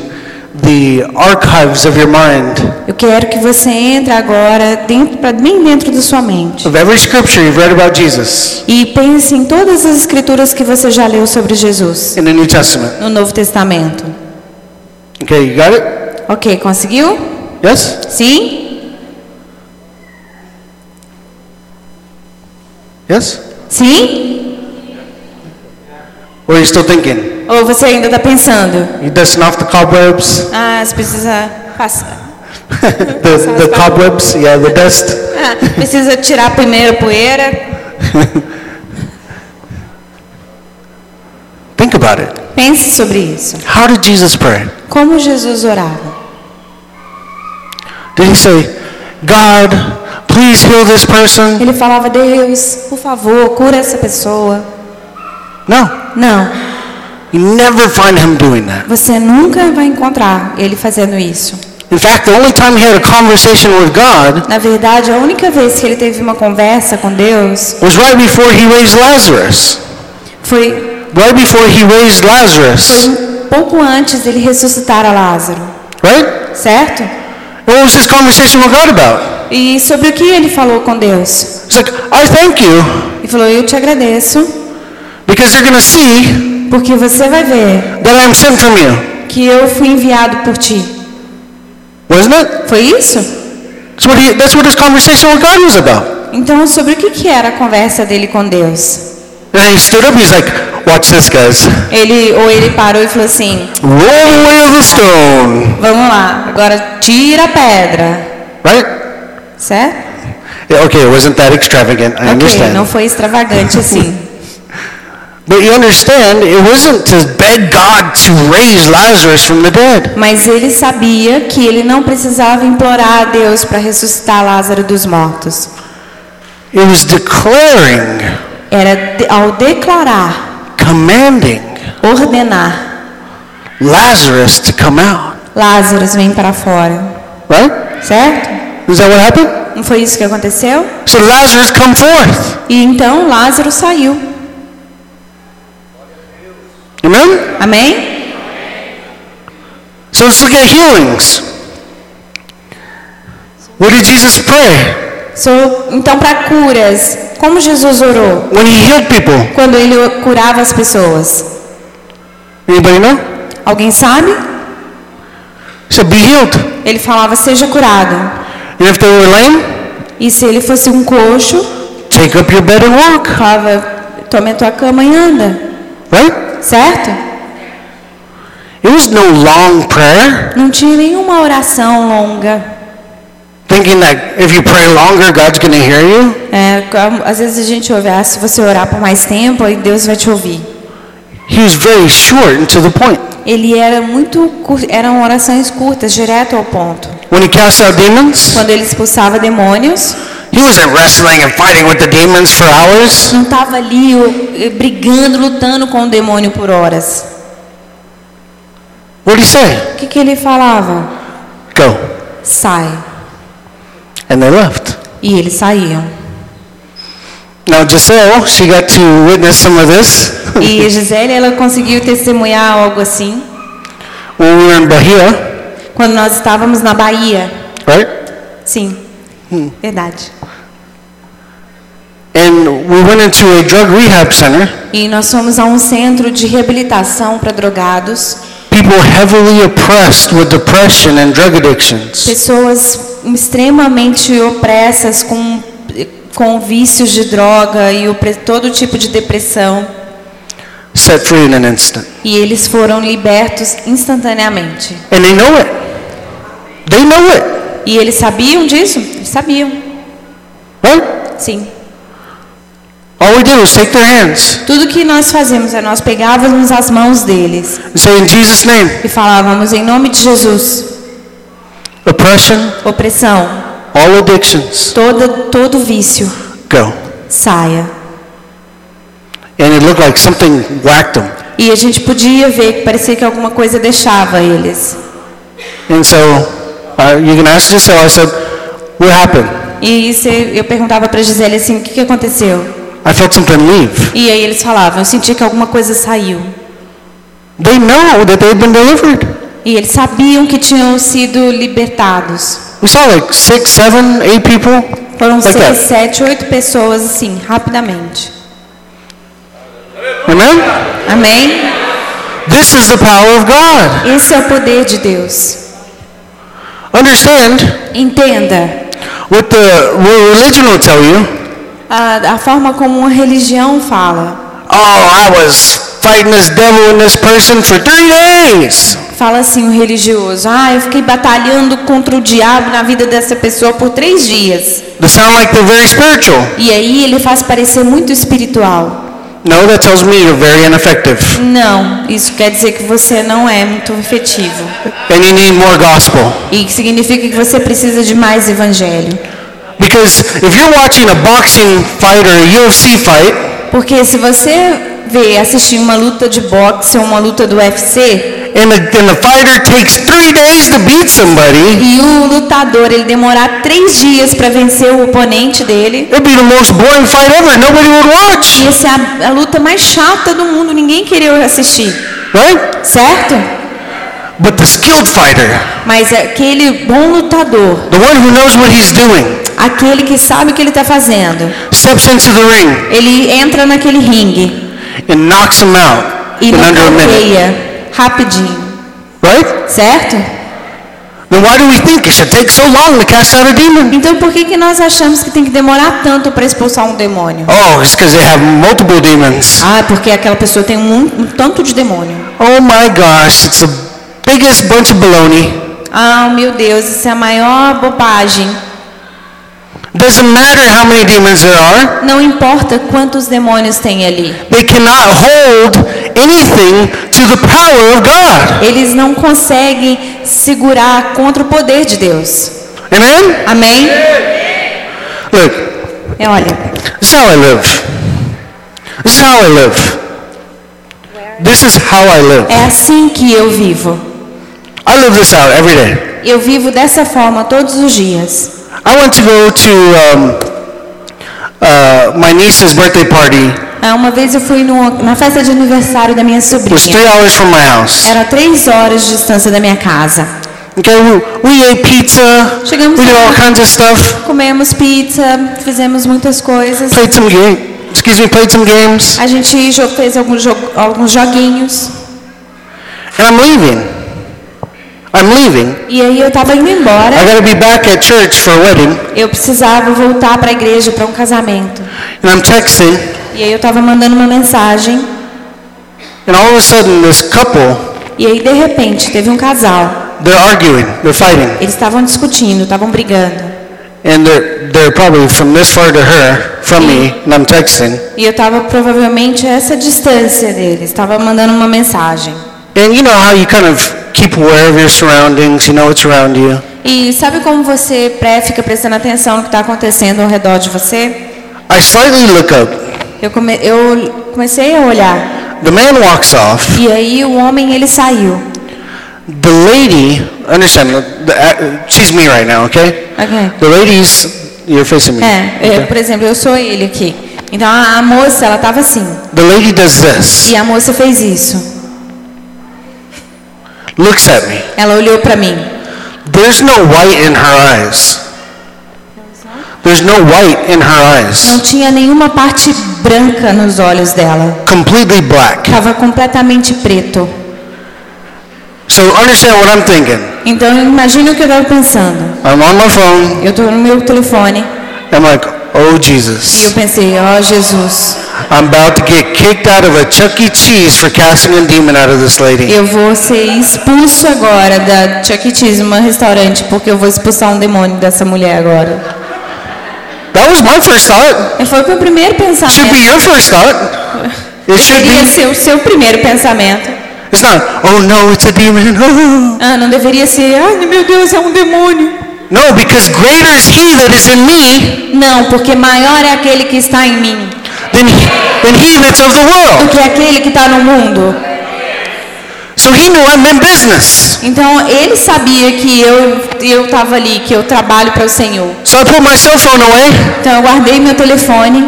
S1: the archives of your mind,
S2: Eu quero que você entre agora dentro, pra, bem dentro da sua mente
S1: of every scripture you've read about Jesus
S2: e pense em todas as escrituras que você já leu sobre Jesus
S1: in the New Testament.
S2: no Novo Testamento.
S1: Okay, you got it?
S2: Ok, conseguiu?
S1: Yes?
S2: Sim?
S1: Yes?
S2: Sim?
S1: Or are you still thinking?
S2: Ou você ainda está pensando?
S1: You dusting off the cobwebs?
S2: Ah, você precisa passar.
S1: the, the cobwebs, yeah, the dust.
S2: Ah, precisa tirar a primeira poeira,
S1: Think about it.
S2: Pense sobre isso.
S1: How did Jesus pray?
S2: Como Jesus orava?
S1: Did he say, God, please heal this person?
S2: Ele falava: Deus, por favor, cura essa pessoa.
S1: No,
S2: Não,
S1: you never find him doing that.
S2: você nunca vai encontrar ele fazendo isso.
S1: In fact, the only time he had a conversation with God
S2: Na verdade, a única vez que ele teve uma conversa com Deus
S1: was right before he raised Lazarus.
S2: foi,
S1: Right before he raised
S2: foi
S1: Lazarus,
S2: um pouco antes dele ressuscitar a Lázaro,
S1: right?
S2: certo?
S1: And What was his conversation with God about?
S2: E sobre o que ele falou com Deus?
S1: It's like, I thank you
S2: Ele falou: Eu te agradeço,
S1: because they're going to see
S2: porque você vai ver
S1: that I'm sent from you.
S2: que eu fui enviado por ti.
S1: Wasn't it?
S2: Foi isso?
S1: That's what, he, that's what his conversation with God was about.
S2: Então, sobre o que que era a conversa dele com Deus?
S1: And he stood up, he's like, watch this, guys.
S2: Ele ou ele parou e falou assim:
S1: Roll away the stone.
S2: "Vamos lá, agora tira a pedra",
S1: Right?
S2: certo?
S1: Yeah, Okay, it wasn't that extravagant, I
S2: Ok, não
S1: understand.
S2: foi extravagante assim.
S1: But you understand, it wasn't to beg God to raise Lazarus from the dead.
S2: Mas ele sabia que ele não precisava implorar a Deus para ressuscitar Lázaro dos mortos.
S1: It was declaring,
S2: Era de- ao declarar,
S1: commanding
S2: ordenar,
S1: Lazarus to come out.
S2: Lázaro vem para fora,
S1: Right?
S2: certo?
S1: Is that what happened?
S2: Não foi isso que aconteceu?
S1: So Lazarus, come forth.
S2: E então Lázaro saiu.
S1: Amen?
S2: Amém?
S1: So let's look at healings. What did Jesus pray
S2: So, então para curas, como Jesus orou
S1: when he healed people?
S2: quando ele curava as pessoas?
S1: Anybody know?
S2: Alguém sabe?
S1: He said, Be healed.
S2: Ele falava: "Seja curado".
S1: And if they were lame,
S2: E se ele fosse um coxo,
S1: take up your bed and walk.
S2: falava: "Tome a tua cama e anda".
S1: Right?
S2: Certo?
S1: It was no long prayer,
S2: Não tinha nenhuma oração longa.
S1: thinking that if you pray longer, God's going to hear you.
S2: É, como- às vezes a gente ouve, ah, se você orar por mais tempo, aí Deus vai te ouvir.
S1: He was very short and to the point.
S2: Ele era muito, cur- eram orações curtas, direto ao ponto.
S1: When he cast out demons,
S2: Quando ele expulsava demônios,
S1: he wasn't wrestling and fighting with the demons for hours.
S2: não estava ali o- eh, brigando, lutando com o demônio por horas.
S1: What did he say?
S2: O que, que ele falava?
S1: Go.
S2: Sai.
S1: And they left.
S2: E eles saíam.
S1: Now Giselle, she got to witness some of this
S2: E a Gisele, ela conseguiu testemunhar algo assim.
S1: when we were in Bahia,
S2: Quando nós estávamos na Bahia.
S1: right?
S2: Sim, Hum. verdade.
S1: And we went into a drug rehab center.
S2: E nós fomos a um centro de reabilitação para drogados.
S1: People heavily oppressed with depression and drug addictions.
S2: Pessoas extremamente opressas com, com vícios de droga e opre- todo tipo de depressão.
S1: Set free in an instant.
S2: E eles foram libertos instantaneamente.
S1: And they know it. They know it,
S2: E eles sabiam disso? Eles sabiam,
S1: right?
S2: sim.
S1: All we did was take their hands
S2: Tudo que nós fazíamos é nós pegávamos as mãos deles
S1: and say, In Jesus' name,
S2: e falávamos em nome de Jesus,
S1: oppression,
S2: opressão,
S1: all addictions,
S2: toda, todo vício,
S1: go.
S2: saia.
S1: And it looked like something whacked them.
S2: E a gente podia ver que parecia que alguma coisa deixava eles.
S1: And so uh, you can ask yourself, I said, What happened?
S2: E isso eu perguntava para Gisele assim, o que, que aconteceu?
S1: I felt something leave.
S2: E aí eles falavam, eu senti que alguma coisa saiu.
S1: They know that they've been delivered.
S2: E eles sabiam que tinham sido libertados.
S1: We saw like six, seven, eight people
S2: Foram
S1: like
S2: seis,
S1: that.
S2: sete, oito pessoas assim, rapidamente.
S1: Amen?
S2: Amém?
S1: This is the power of God.
S2: Esse é o poder de Deus.
S1: Understand
S2: Entenda.
S1: what the what religion will tell you.
S2: A, a forma como uma religião fala.
S1: Oh, I was fighting this devil and this person for three days.
S2: Fala assim o religioso. Ah, eu fiquei batalhando contra o diabo na vida dessa pessoa por três dias.
S1: They sound like they're very spiritual.
S2: E aí ele faz parecer muito espiritual.
S1: No, that tells me you're very ineffective
S2: Não, isso quer dizer que você não é muito efetivo.
S1: and you need more gospel.
S2: E que significa que você precisa de mais evangelho.
S1: Because if you're watching a boxing fight or a UFC fight
S2: Porque se você vê assistir uma luta de boxe ou uma luta do UFC
S1: and the, and the fighter takes three days to beat somebody,
S2: e o lutador ele demorar três dias para vencer o oponente dele,
S1: it'd be the most boring fight ever. Nobody would watch,
S2: ia ser a, a luta mais chata do mundo, ninguém queria assistir,
S1: right?
S2: certo?
S1: But the skilled fighter,
S2: Mas aquele bom lutador,
S1: the one who knows what he's doing,
S2: aquele que sabe o que ele está fazendo,
S1: steps into the ring.
S2: ele entra naquele ringue
S1: and knocks him out
S2: e
S1: in under a minute.
S2: nocauteia rapidinho,
S1: Right?
S2: certo?
S1: Then why do we think it should take so long to cast out a demon?
S2: Então por que, que nós achamos que tem que demorar tanto para expulsar um demônio?
S1: Oh, it's because they have multiple demons.
S2: Ah, porque aquela pessoa tem um, um tanto de demônio.
S1: Oh my gosh, it's the biggest bunch of baloney.
S2: Ah, meu Deus, isso é a maior bobagem.
S1: Doesn't matter how many demons there are,
S2: Não importa quantos demônios tem ali,
S1: they cannot hold anything to the power of God.
S2: eles não conseguem segurar contra o poder de Deus.
S1: Amen?
S2: Amém?
S1: Look,
S2: É, olha,
S1: this is how I live. This is how I live. This is how I live.
S2: é assim que eu vivo.
S1: I live this out every day.
S2: Eu vivo dessa forma todos os dias.
S1: I went to go to um, uh, my niece's birthday party.
S2: Ah, Uma vez eu fui no- na festa de aniversário da minha
S1: It was
S2: sobrinha.
S1: three hours from my house.
S2: Era três horas de distância da minha casa.
S1: Okay, we, we ate pizza.
S2: Chegamos
S1: We did all
S2: lá,
S1: kinds of stuff.
S2: comemos pizza, fizemos muitas coisas.
S1: Played some game. Excuse me, played some games.
S2: A gente jo- fez alguns, jo- alguns joguinhos.
S1: And I'm leaving. I'm leaving.
S2: E aí eu tava indo embora.
S1: I got to be back at church for a wedding.
S2: Eu precisava voltar para a igreja para um casamento.
S1: And I'm texting.
S2: E aí eu tava mandando uma mensagem.
S1: And all of a sudden, this couple,
S2: E aí de repente teve um casal.
S1: they're arguing. They're fighting.
S2: Eles estavam discutindo, estavam brigando.
S1: And they're, they're probably from this far to her, from me. And I'm texting.
S2: E eu estava provavelmente a essa distância deles, estava mandando uma mensagem.
S1: And you know how you kind of keep aware of your surroundings. You know what's around you.
S2: E sabe como você pré fica prestando atenção no que está acontecendo ao redor de você?
S1: I slightly look up.
S2: Eu, come, eu comecei a olhar.
S1: The man walks off.
S2: E aí o homem ele saiu.
S1: The lady, understand, the, uh, she's me right now, okay?
S2: Ok.
S1: The lady's, you're facing me.
S2: É, é, por exemplo, eu sou ele aqui. Então a, a moça ela estava assim.
S1: The lady does this,
S2: E a moça fez isso.
S1: looks at me.
S2: Ela olhou para mim.
S1: There's no white in her eyes. There's no white in her
S2: Não
S1: eyes.
S2: tinha nenhuma parte branca nos olhos dela.
S1: Completely black.
S2: Tava completamente preto.
S1: So understand what I'm thinking.
S2: Então imagina o que eu estava pensando.
S1: I'm on my phone.
S2: Eu tô no meu telefone
S1: I'm like, oh
S2: e eu
S1: Jesus,
S2: pensei, ó Jesus,
S1: I'm about to get kicked out of a Chuck E. Cheese for casting a demon out of this lady.
S2: eu vou ser expulso agora da Chuck E. Cheese, um restaurante, porque eu vou expulsar um demônio dessa mulher agora.
S1: That was my first thought.
S2: E foi o meu primeiro
S1: Should be
S2: pensamento.
S1: your first thought. It should
S2: Deveria
S1: be.
S2: ser o seu primeiro pensamento.
S1: It's not, oh no, it's a demon.
S2: Ah, não deveria ser, ai meu Deus, é um demônio.
S1: No, because greater is he that is in me
S2: Não, porque maior é aquele que está em mim
S1: than he, than he that's of the
S2: do
S1: world.
S2: que aquele que está no mundo.
S1: So he knew I'm in business.
S2: Então ele sabia que eu eu estava ali, que eu trabalho para o Senhor.
S1: So I put my cell phone away.
S2: Então eu guardei meu telefone.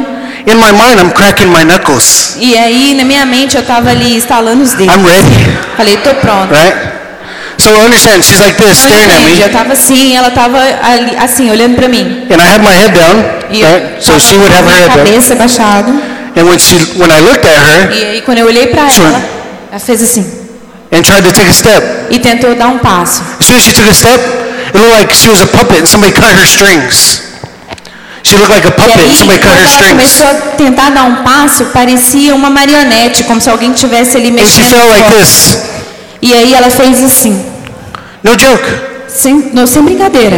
S1: In my mind, I'm cracking my knuckles.
S2: E aí, na minha mente, eu tava ali instalando os dedos.
S1: I'm ready,
S2: Falei, tô pronto.
S1: right? So understand, she's like this,
S2: Foi
S1: staring at
S2: incrível, Eu
S1: me.
S2: tava assim, ela tava ali, assim, olhando pra mim.
S1: And I had my head down,
S2: E eu
S1: right? So
S2: tava
S1: she would have
S2: com
S1: her
S2: a
S1: head down.
S2: cabeça baixada.
S1: And when she, when I looked at her
S2: E aí, quando eu olhei pra
S1: Sim.
S2: ela, ela fez assim.
S1: and tried to take a step,
S2: E tentou dar um passo.
S1: as soon as she took a step, it looked like she was a puppet and somebody cut her strings. She looked like a
S2: E
S1: puppet and
S2: aí,
S1: somebody cut
S2: quando
S1: her
S2: ela
S1: strings.
S2: começou a tentar dar um passo, parecia uma marionete, como se alguém tivesse ali
S1: And she
S2: mexendo.
S1: fell like this.
S2: E aí, ela fez assim.
S1: No joke.
S2: Sem, não, sem brincadeira.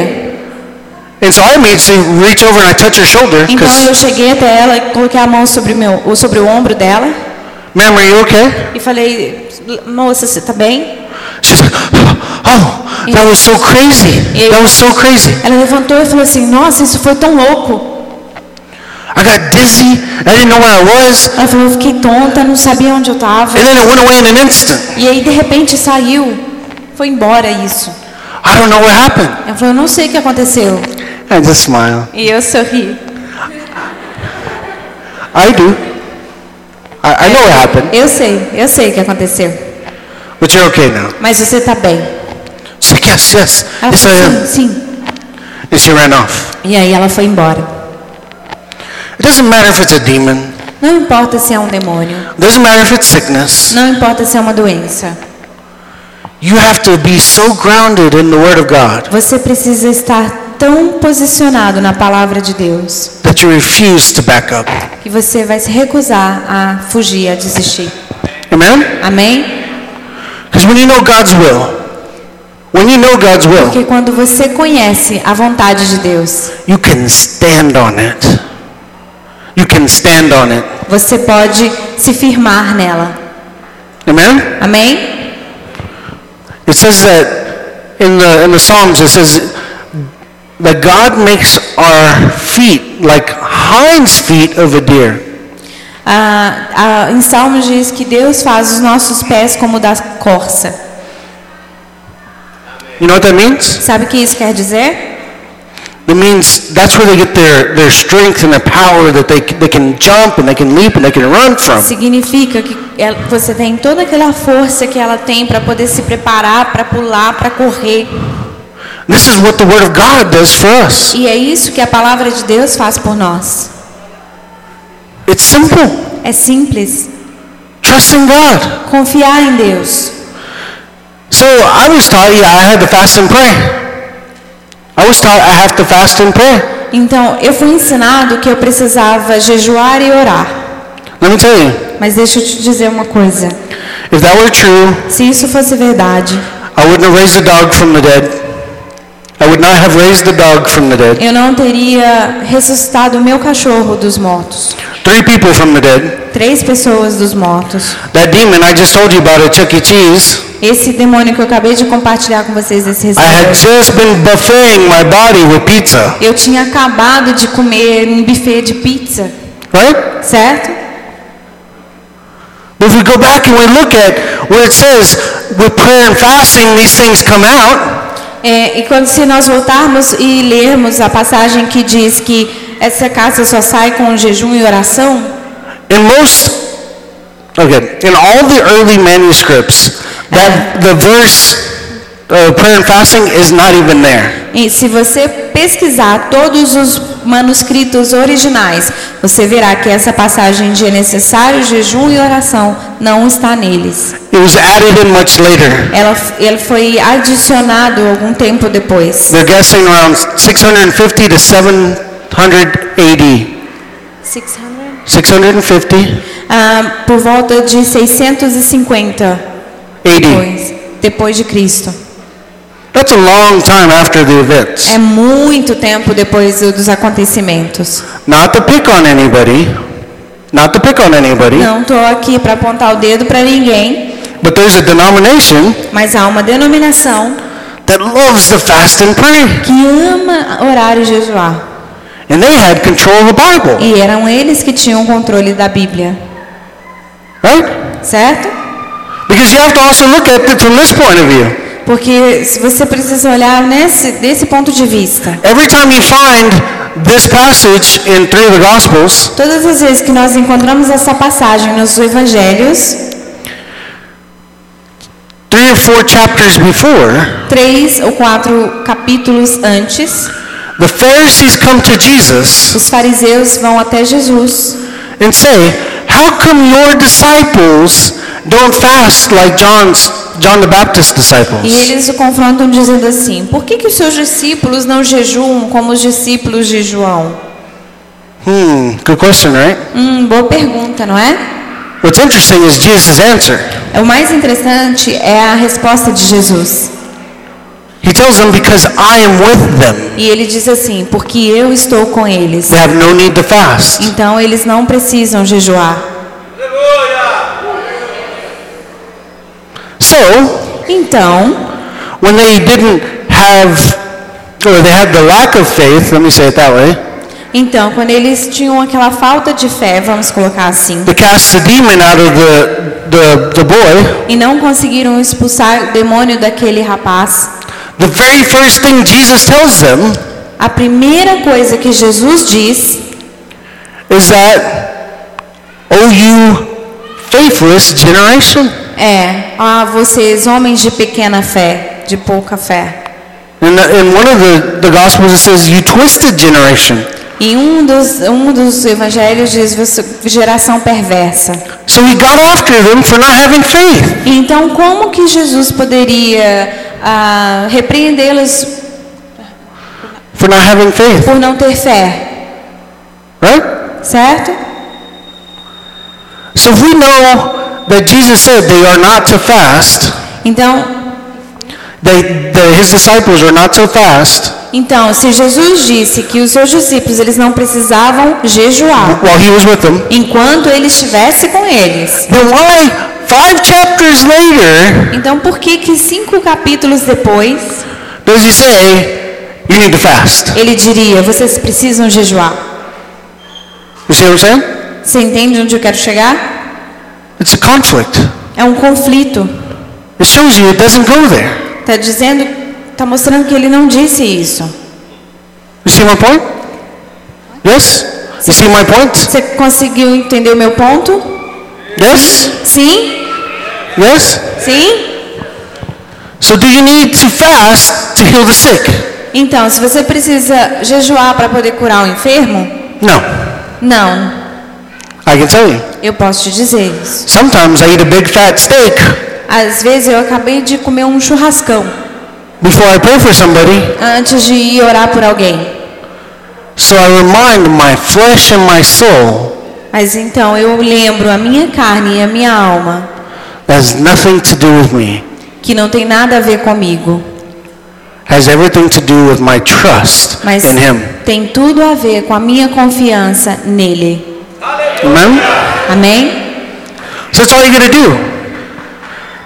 S1: And so I immediately reach over and I touch her shoulder
S2: Então, eu
S1: because,
S2: cheguei até ela, e coloquei a mão sobre o, meu, sobre o ombro dela.
S1: ma'am, are you okay?
S2: E falei, moça, você tá bem?
S1: She's like, oh, that was so crazy.
S2: Eu-
S1: That was so crazy.
S2: Ela levantou e falou assim, nossa, isso foi tão louco.
S1: I got dizzy. I didn't know where I was.
S2: Ela falou, eu fiquei tonta, não sabia onde eu tava.
S1: And then it went away in an instant.
S2: E aí, de repente, saiu. Foi embora isso.
S1: I don't know what happened.
S2: Ela falou, eu não sei o que aconteceu.
S1: I just smile.
S2: E eu sorri.
S1: I do. I, I know what happened,
S2: Eu sei, eu sei o que aconteceu.
S1: but you're okay now.
S2: Mas você tá bem.
S1: She's like, yes, yes,
S2: Ela
S1: yes I
S2: falou,
S1: am.
S2: sim, sim.
S1: And she ran off.
S2: E aí, ela foi embora.
S1: It doesn't matter if it's a demon.
S2: Não importa se é um demônio.
S1: It doesn't matter if it's sickness.
S2: Não importa se é uma doença.
S1: You have to be so grounded in the Word of God
S2: Você precisa estar tão posicionado na palavra de Deus
S1: that you refuse to back up.
S2: que você vai se recusar a fugir, a desistir.
S1: Amen?
S2: Amém?
S1: Because when you know God's will, When you know God's will,
S2: Porque quando você conhece a vontade de Deus,
S1: you can stand on it. You can stand on it.
S2: você pode se firmar nela.
S1: Amen?
S2: Amém?
S1: It says that in the, in the Psalms, it says that God makes our feet like hinds feet of a deer.
S2: Ah, ah, em Salmos diz que Deus faz os nossos pés como o da corça.
S1: You know what that means?
S2: Sabe o que isso quer dizer?
S1: It means that's where they get their, their strength and their power that they, they can jump and they can leap and they can run from.
S2: Significa que ela- você tem toda aquela força que ela tem para poder se preparar, para pular, para correr.
S1: This is what the Word of God does for us.
S2: E é isso que a palavra de Deus faz por nós.
S1: It's simple.
S2: É simples.
S1: Trust in God.
S2: Confiar em Deus.
S1: So I was taught, yeah, I had to fast and pray. I was taught I have to fast and pray.
S2: Então, eu fui ensinado que eu precisava jejuar e orar.
S1: Let me tell you,
S2: Mas deixa eu te dizer uma coisa.
S1: if that were true,
S2: Se isso fosse verdade,
S1: I wouldn't have raised the dog from the dead. I would not have raised the dog from the dead.
S2: eu não teria ressuscitado o meu cachorro dos mortos.
S1: Three people from the dead.
S2: Três pessoas dos mortos.
S1: That demon I just told you about at Chuck E. Cheese,
S2: Esse demônio que eu acabei de compartilhar com vocês nesse
S1: I had
S2: restaurante.
S1: just been buffeting my body with pizza,
S2: Eu tinha acabado de comer um buffet de pizza,
S1: right?
S2: certo?
S1: But if we go back and we look at where it says with prayer and fasting these things come out,
S2: É, e quando se nós voltarmos e lermos a passagem que diz que essa casa só sai com jejum e oração,
S1: in most okay, in all the early manuscripts, that the verse uh, prayer and fasting is not even there.
S2: E se você pesquisar todos os manuscritos originais, você verá que essa passagem de é necessário jejum e oração não está neles.
S1: It was added in much later.
S2: Ela, ele foi adicionado algum tempo depois.
S1: They're guessing around 650 to 700 AD.
S2: 600?
S1: 650
S2: Ah, por volta de 650
S1: AD.
S2: depois, depois de Cristo.
S1: That's a long time after the events.
S2: É muito tempo depois dos acontecimentos.
S1: Not to pick on anybody, not to pick on anybody,
S2: Não estou aqui para apontar o dedo para ninguém,
S1: but there's a denomination
S2: mas há uma denominação
S1: that loves to fast and pray.
S2: que ama orar e jejuar.
S1: And they had control of the Bible,
S2: E eram eles que tinham o controle da Bíblia,
S1: right?
S2: certo?
S1: Because you have to also look at it from this point of view.
S2: Porque se você precisa olhar nesse, desse ponto de vista.
S1: Every time you find this passage in three of the Gospels,
S2: Todas as vezes que nós encontramos essa passagem nos evangelhos,
S1: three or four chapters before,
S2: três ou quatro capítulos antes,
S1: the Pharisees come to Jesus
S2: os fariseus vão até Jesus
S1: and say, "How come your disciples don't fast like John's John the Baptist's
S2: e
S1: disciples?"
S2: eles o confrontam dizendo assim: Por que, que os seus discípulos não jejuam como os discípulos de João?
S1: Hmm, good question, right?
S2: Hum, boa pergunta, não é?
S1: What's interesting is Jesus' answer.
S2: O mais interessante é a resposta de Jesus.
S1: He tells them, "Because I am with them,
S2: E ele diz assim: Porque eu estou com eles.
S1: they have no need to fast."
S2: Então eles não precisam jejuar.
S1: So,
S2: Então,
S1: when they didn't have, or they had the lack of faith, let me say it that way,
S2: então quando eles tinham aquela falta de fé, vamos colocar assim,
S1: to cast the demon out of the the, the boy,
S2: e não conseguiram expulsar o demônio daquele rapaz,
S1: the very first thing Jesus tells them
S2: a primeira coisa que Jesus diz
S1: is that, O you faithless generation?
S2: é: "Ah, vocês homens de pequena fé, de pouca fé".
S1: In, the, uh, in one of the, the Gospels, it says, You twisted generation.
S2: E um dos um dos evangelhos diz "Você- geração perversa.
S1: So he got after them for not having faith.
S2: Então, como que Jesus poderia ah, repreendê-los
S1: For not having faith,
S2: por não ter fé,
S1: right?
S2: certo?
S1: So if we know that Jesus said they are not to fast,
S2: Então,
S1: They, the, his disciples were not so fast
S2: Então, se Jesus disse que os seus discípulos eles não precisavam jejuar
S1: while he was with them.
S2: enquanto ele estivesse com eles,
S1: Then why, five chapters later,
S2: então por que que cinco capítulos depois
S1: does he say, you need to fast?
S2: ele diria: vocês precisam jejuar?
S1: You see what I'm saying?
S2: Você entende onde eu quero chegar?
S1: It's a conflict.
S2: É um conflito.
S1: It shows you it doesn't go there.
S2: Está dizendo, está mostrando que ele não disse isso.
S1: You see my point? Yes? You see my point?
S2: Você conseguiu entender o meu ponto?
S1: Yes?
S2: Sim?
S1: Yes?
S2: Sim?
S1: So do you need to fast to heal the sick?
S2: Então, se você precisa jejuar para poder curar o enfermo,
S1: No.
S2: não.
S1: I can tell you.
S2: Eu posso te dizer isso.
S1: Sometimes I eat a big fat steak
S2: Às vezes eu acabei de comer um churrascão
S1: before I pray for somebody
S2: antes de ir orar por alguém.
S1: so I remind my flesh and my soul
S2: Mas então eu lembro a minha carne e a minha alma
S1: that has nothing to do with me.
S2: que não tem nada a ver comigo,
S1: Has everything to do with my trust
S2: mas
S1: in Him.
S2: tem tudo a ver com a minha confiança nele.
S1: Amen?
S2: Amém?
S1: So that's all you gotta do.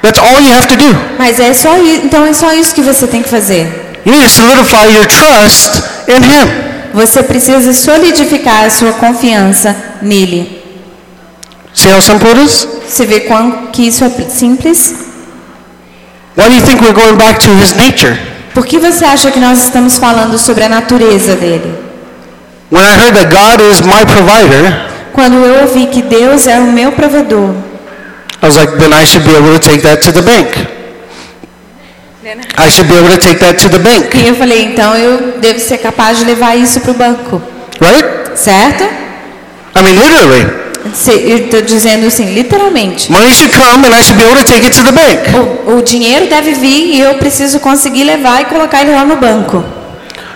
S1: That's all you have to do.
S2: Mas é só isso, então é só isso que você tem que fazer.
S1: You need to solidify your trust in Him.
S2: Você precisa solidificar a sua confiança nele.
S1: See how simple it is?
S2: Você vê quão que isso é simples?
S1: Why do you think we're going back to His nature?
S2: Por que você acha que nós estamos falando sobre a natureza dele?
S1: When I heard that God is my provider,
S2: Quando eu ouvi que Deus é o meu provedor,
S1: I was like, then I should be able to take that to the bank. I should be able to take that to the bank,
S2: e eu falei, então eu devo ser capaz de levar isso para o banco,
S1: right?
S2: certo?
S1: I mean, literally.
S2: Se- Eu estou dizendo assim, literalmente.
S1: Money should come and I should be able to take it to the bank.
S2: O, o dinheiro deve vir e eu preciso conseguir levar e colocar ele lá no banco.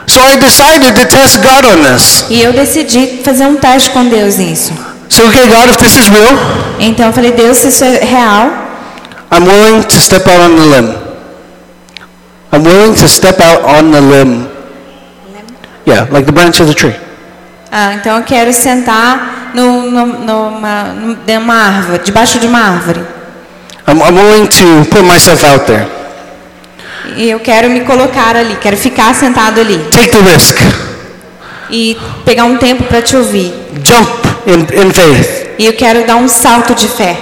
S1: So I decided to test God on this.
S2: E eu decidi fazer um teste com Deus nisso.
S1: So, okay, God, if this is real,
S2: Então eu falei, Deus, se isso é real,
S1: I'm willing to step out on the limb. I'm willing to step out on the limb. Yeah, like the branch of the tree.
S2: ah, então eu quero sentar no, no, numa, numa árvore, debaixo de uma árvore.
S1: I'm, I'm willing to put myself out there.
S2: E eu quero me colocar ali, quero ficar sentado ali
S1: Take the risk.
S2: e pegar um tempo para te ouvir.
S1: Jump in, in faith.
S2: E eu quero dar um salto de fé.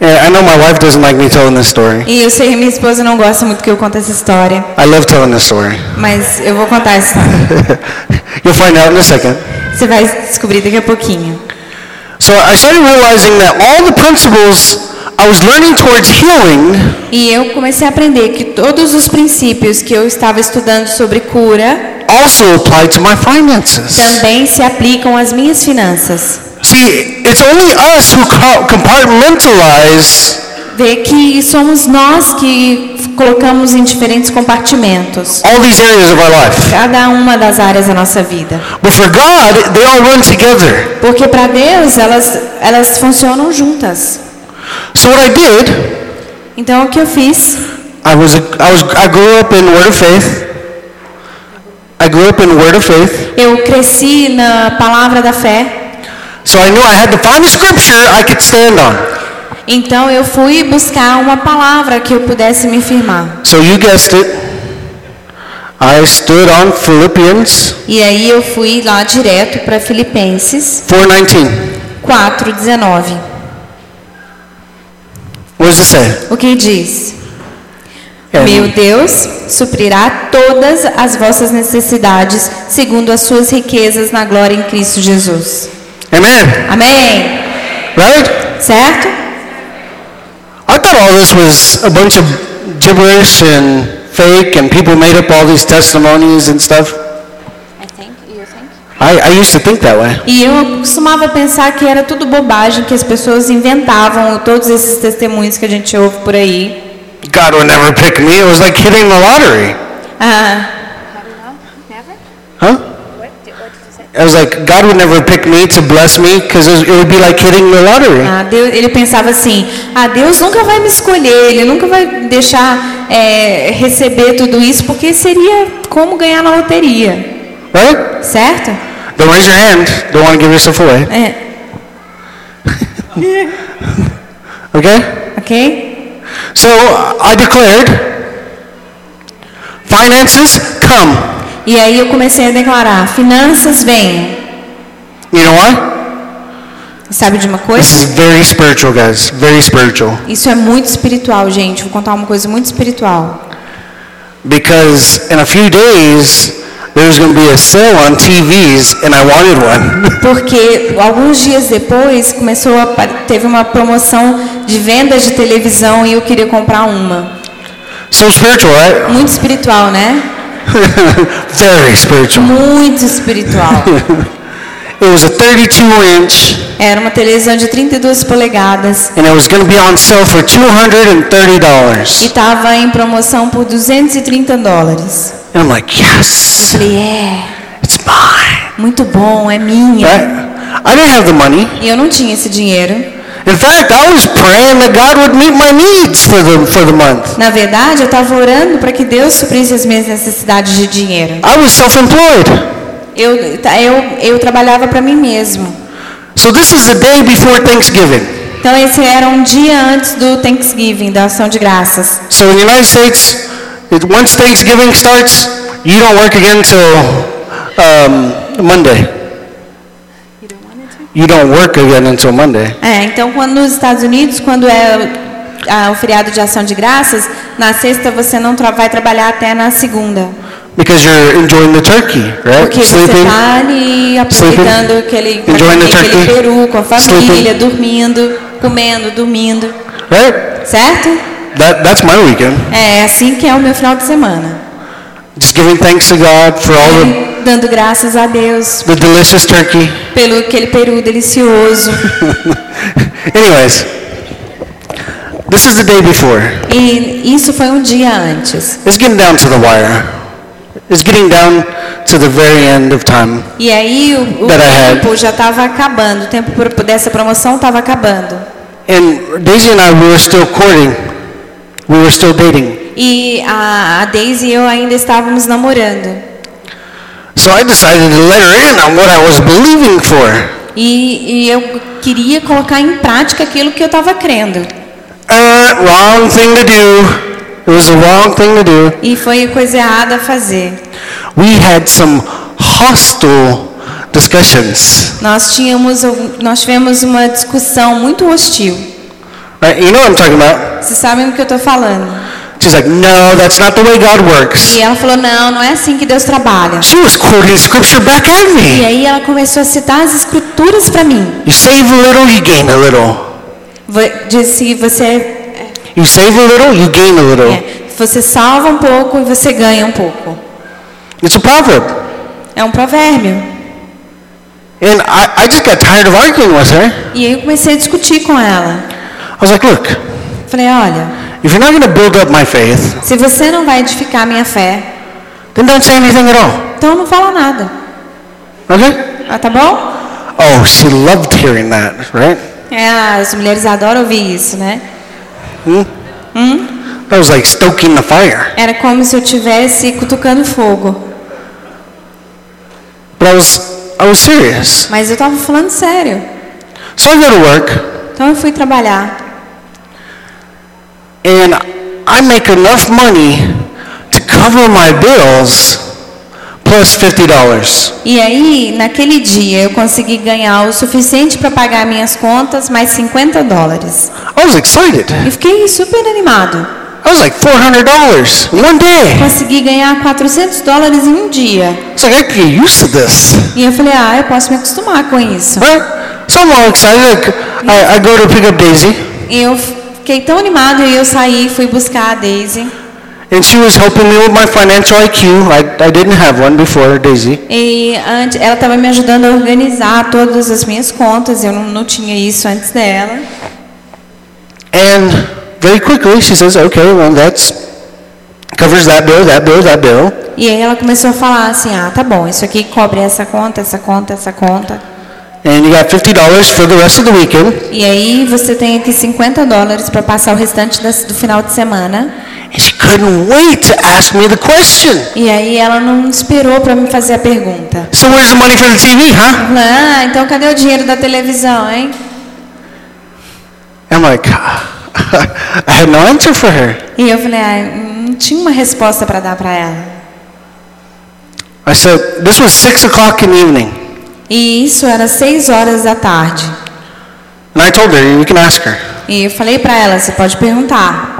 S1: Yeah, I know my wife doesn't like me telling this story.
S2: E eu sei que minha esposa não gosta muito que eu conte essa história,
S1: I love telling this story.
S2: mas eu vou contar essa história.
S1: You'll find out in a second.
S2: Você vai descobrir daqui a pouquinho.
S1: So I started realizing that all the principles I was learning towards healing
S2: E eu comecei a aprender que todos os princípios que eu estava estudando sobre cura
S1: also apply to my finances.
S2: também se aplicam às minhas finanças.
S1: See, it's only us who co- compartmentalize
S2: Vê que somos nós que colocamos em diferentes compartimentos
S1: all these areas of our life.
S2: cada uma das áreas da nossa vida.
S1: But for God, they all run together.
S2: Porque para Deus elas elas funcionam juntas.
S1: So what I did,
S2: Então o que eu fiz?
S1: I was, a, I was, I grew up in Word of Faith. I grew up in Word of Faith.
S2: Eu cresci na palavra da fé.
S1: So I knew I had to find a scripture I could stand on.
S2: Então eu fui buscar uma palavra que eu pudesse me firmar.
S1: So you guessed it. I stood on Philippians
S2: E aí eu fui lá direto para Filipenses
S1: 4:19.
S2: 4:19.
S1: What does it say?
S2: O que diz?
S1: É.
S2: Meu Deus suprirá todas as vossas necessidades segundo as suas riquezas na glória em Cristo Jesus.
S1: Amen.
S2: Amém?
S1: Right?
S2: Certo?
S1: I thought all this was a bunch of gibberish and fake, and people made up all these testimonies and stuff. I, I used to think that way.
S2: E eu costumava pensar que era tudo bobagem, que as pessoas inventavam todos esses testemunhos que a gente ouve por aí.
S1: God would never pick me. It was like hitting the lottery.
S2: Ah,
S3: Never?
S1: Huh?
S3: What did, what did you say?
S1: I was like, God would never pick me to bless me because it would be like hitting the lottery.
S2: Ah, Deus- ele pensava assim: ah, Deus nunca vai me escolher, Ele nunca vai deixar é, receber tudo isso, porque seria como ganhar na loteria,
S1: Right?
S2: certo?
S1: Don't raise your hand. Don't want to give yourself away.
S2: É,
S1: Okay?
S2: ok?
S1: So I declared, finances come.
S2: E aí eu comecei a declarar: finanças venham.
S1: You know why?
S2: Sabe de uma
S1: This
S2: coisa?
S1: is very spiritual, guys. Very spiritual.
S2: Isso é muito espiritual, gente. Vou contar uma coisa muito espiritual.
S1: Because in a few days, there's going to be a sale on TVs, and I wanted one.
S2: Porque alguns dias depois começou a, pa- teve uma promoção de vendas de televisão e eu queria comprar uma.
S1: so spiritual, right?
S2: Muito espiritual, né?
S1: very spiritual.
S2: Muito espiritual.
S1: It was a 32 inch.
S2: Era uma televisão de 32 polegadas
S1: and it was going to be on sale for $230.
S2: e estava em promoção por 230 dólares.
S1: And I'm like,
S2: Eu
S1: yes,
S2: falei, é,
S1: it's mine.
S2: muito bom, é minha.
S1: Right? I didn't have the money.
S2: E eu não tinha esse dinheiro.
S1: In fact, I was praying that God would meet my needs for the, for the month.
S2: Na verdade, eu estava orando para que Deus suprisse as minhas necessidades de dinheiro.
S1: I was self-employed.
S2: Eu, tá, eu, eu trabalhava para mim mesmo.
S1: So this is the day before Thanksgiving.
S2: Então esse era um dia antes do Thanksgiving, da ação de graças.
S1: So in the United States, it, once Thanksgiving starts, you don't work again till um, Monday. You don't work again until Monday.
S2: É, então quando nos Estados Unidos, quando é o- ah, o feriado de ação de graças, na sexta você não tra- vai trabalhar até na segunda.
S1: Because you're enjoying the turkey, right?
S2: Porque você está ali aproveitando aquele,
S1: Enjoying the
S2: aquele
S1: turkey.
S2: peru com a família,
S1: Sleeping.
S2: dormindo, comendo, dormindo,
S1: right?
S2: certo?
S1: That, that's my weekend.
S2: É assim que é o meu final de semana.
S1: Just giving thanks to God for all the,
S2: Dando graças a Deus
S1: the delicious turkey.
S2: pelo aquele peru delicioso.
S1: Anyways, this is the day before.
S2: E isso foi um dia antes.
S1: It's getting down to the wire. It's getting down to the very end of time.
S2: E aí o, o
S1: That I had.
S2: tempo já estava acabando, o tempo pro- dessa promoção estava acabando.
S1: And Daisy and I, we were still courting. We were still dating.
S2: E a, a Daisy e eu ainda estávamos namorando.
S1: So I decided to let her in on what I was believing for.
S2: E, e eu queria colocar em prática aquilo que eu estava crendo.
S1: Uh, wrong thing to do. It was the wrong thing to do.
S2: E foi a coisa errada a fazer.
S1: We had some hostile discussions.
S2: Nós tínhamos, algum- nós tivemos uma discussão muito hostil.
S1: Right? Uh, You know what I'm talking about.
S2: Vocês sabem do que eu estou falando?
S1: She's like, no, that's not the way God works.
S2: E ela falou: não, não é assim que Deus trabalha.
S1: She was quoting scripture back at
S2: E
S1: me.
S2: aí ela começou a citar as escrituras para mim.
S1: You save a little, you gain a little.
S2: Vo- Disse: você,
S1: You save a little, you gain a little.
S2: é, você salva um pouco e você ganha um pouco.
S1: It's a proverb.
S2: É um provérbio.
S1: And I, I just got tired of arguing with her.
S2: E aí eu comecei a discutir com ela.
S1: I was like, look,
S2: Falei: olha,
S1: if you're not going to build up my faith,
S2: se você não vai edificar minha fé,
S1: then don't say anything at all.
S2: então não fala nada.
S1: Okay?
S2: Ah, tá bom?
S1: Oh, she loved hearing that, right?
S2: É, as mulheres adoram ouvir isso, né?
S1: Hmm? That was like stoking the fire.
S2: Era como se eu estivesse cutucando fogo.
S1: But I was, I was serious.
S2: Mas eu tava falando sério.
S1: So I go to work,
S2: Então eu fui trabalhar.
S1: and I make enough money to cover my bills plus $50.
S2: E aí, naquele dia, eu consegui ganhar o suficiente para pagar minhas contas, mais 50 dólares.
S1: I was excited.
S2: E fiquei super animado.
S1: I was like $400 in one day.
S2: Consegui ganhar 400 dólares em um dia.
S1: It's like I could get used to this.
S2: E eu falei, ah, eu posso me acostumar com isso.
S1: Right? So I'm all excited. I, I go to pick up Daisy,
S2: E eu fiquei tão animado e eu saí, fui buscar a Daisy.
S1: and she was helping me with my financial IQ. I, I didn't have one before Daisy.
S2: E antes, ela estava me ajudando a organizar todas as minhas contas, eu não, não tinha isso antes dela.
S1: And very quickly she says, okay, well, that's covers that bill, that bill, that bill.
S2: E aí ela começou a falar assim: ah, tá bom, isso aqui cobre essa conta, essa conta, essa conta.
S1: And you got $50 for the rest of the weekend.
S2: E aí você tem aqui 50 dólares para passar o restante das- do final de semana.
S1: And she couldn't wait to ask me the question.
S2: E aí ela não esperou para me fazer a pergunta.
S1: So where's the money for the TV, huh?
S2: Ah, então cadê o dinheiro da televisão, hein?
S1: I'm like, I had no answer for her.
S2: E eu falei: ah, não tinha uma resposta para dar para ela.
S1: I said, this was 6 o'clock in the evening.
S2: E isso era 6 horas da tarde.
S1: And I told her, you can ask her.
S2: E eu falei para ela: você pode perguntar.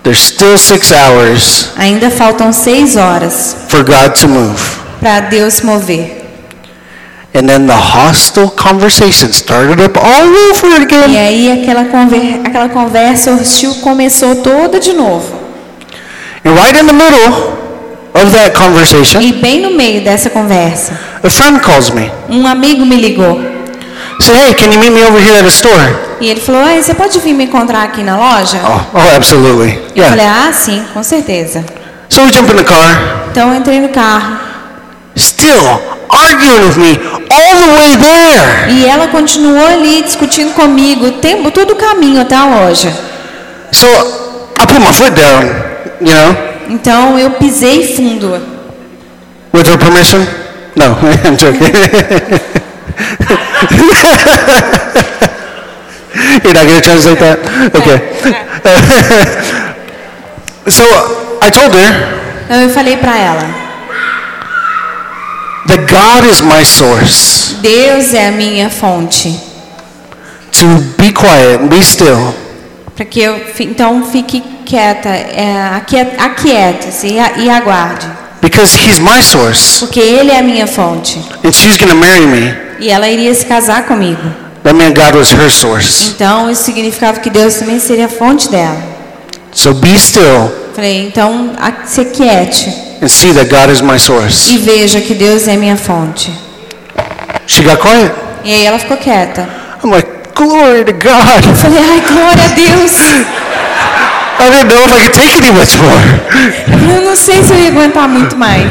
S1: There's still six hours
S2: Ainda faltam 6 horas
S1: for God to move.
S2: para Deus mover.
S1: And then the hostile conversation started up all over
S2: E
S1: again.
S2: aí aquela, conver- aquela conversa hostil começou toda de novo.
S1: And right in the middle of that conversation,
S2: E bem no meio dessa conversa,
S1: a friend calls me.
S2: um amigo me ligou
S1: Said, hey, can you meet me over here at a store?
S2: e ele falou: "Ai, você pode vir me encontrar aqui na loja?"
S1: Oh, oh, absolutely.
S2: Eu falei:
S1: Yeah.
S2: "Ah, sim, com certeza."
S1: So we jump in the car,
S2: Então eu entrei no carro
S1: still arguing with me all the way there.
S2: e ela continuou ali discutindo comigo o tempo, todo o caminho até a loja.
S1: So I put my foot down, you know,
S2: Então eu pisei fundo.
S1: with her permission. No, I'm joking. You're not going to translate that? Okay. so I told her
S2: Então eu falei para ela:
S1: that God is my source.
S2: "Deus é a minha fonte."
S1: To be quiet and be still.
S2: Para que eu, fi- então fique quieta, é, aquiet- aquiete-se e, a- e aguarde,
S1: Because he's my source.
S2: porque ele é a minha fonte.
S1: And she's going to marry me.
S2: E ela iria se casar comigo.
S1: That meant God was her source.
S2: Então isso significava que Deus também seria a fonte dela.
S1: So be still
S2: Falei, então a- se quiete
S1: and see that God is my source.
S2: e veja que Deus é a minha fonte.
S1: She got quiet.
S2: E aí ela ficou quieta.
S1: I'm like, glory to God.
S2: Falei, ai glória a Deus.
S1: I didn't know if I could take any much more.
S2: Eu não sei se eu ia aguentar muito mais.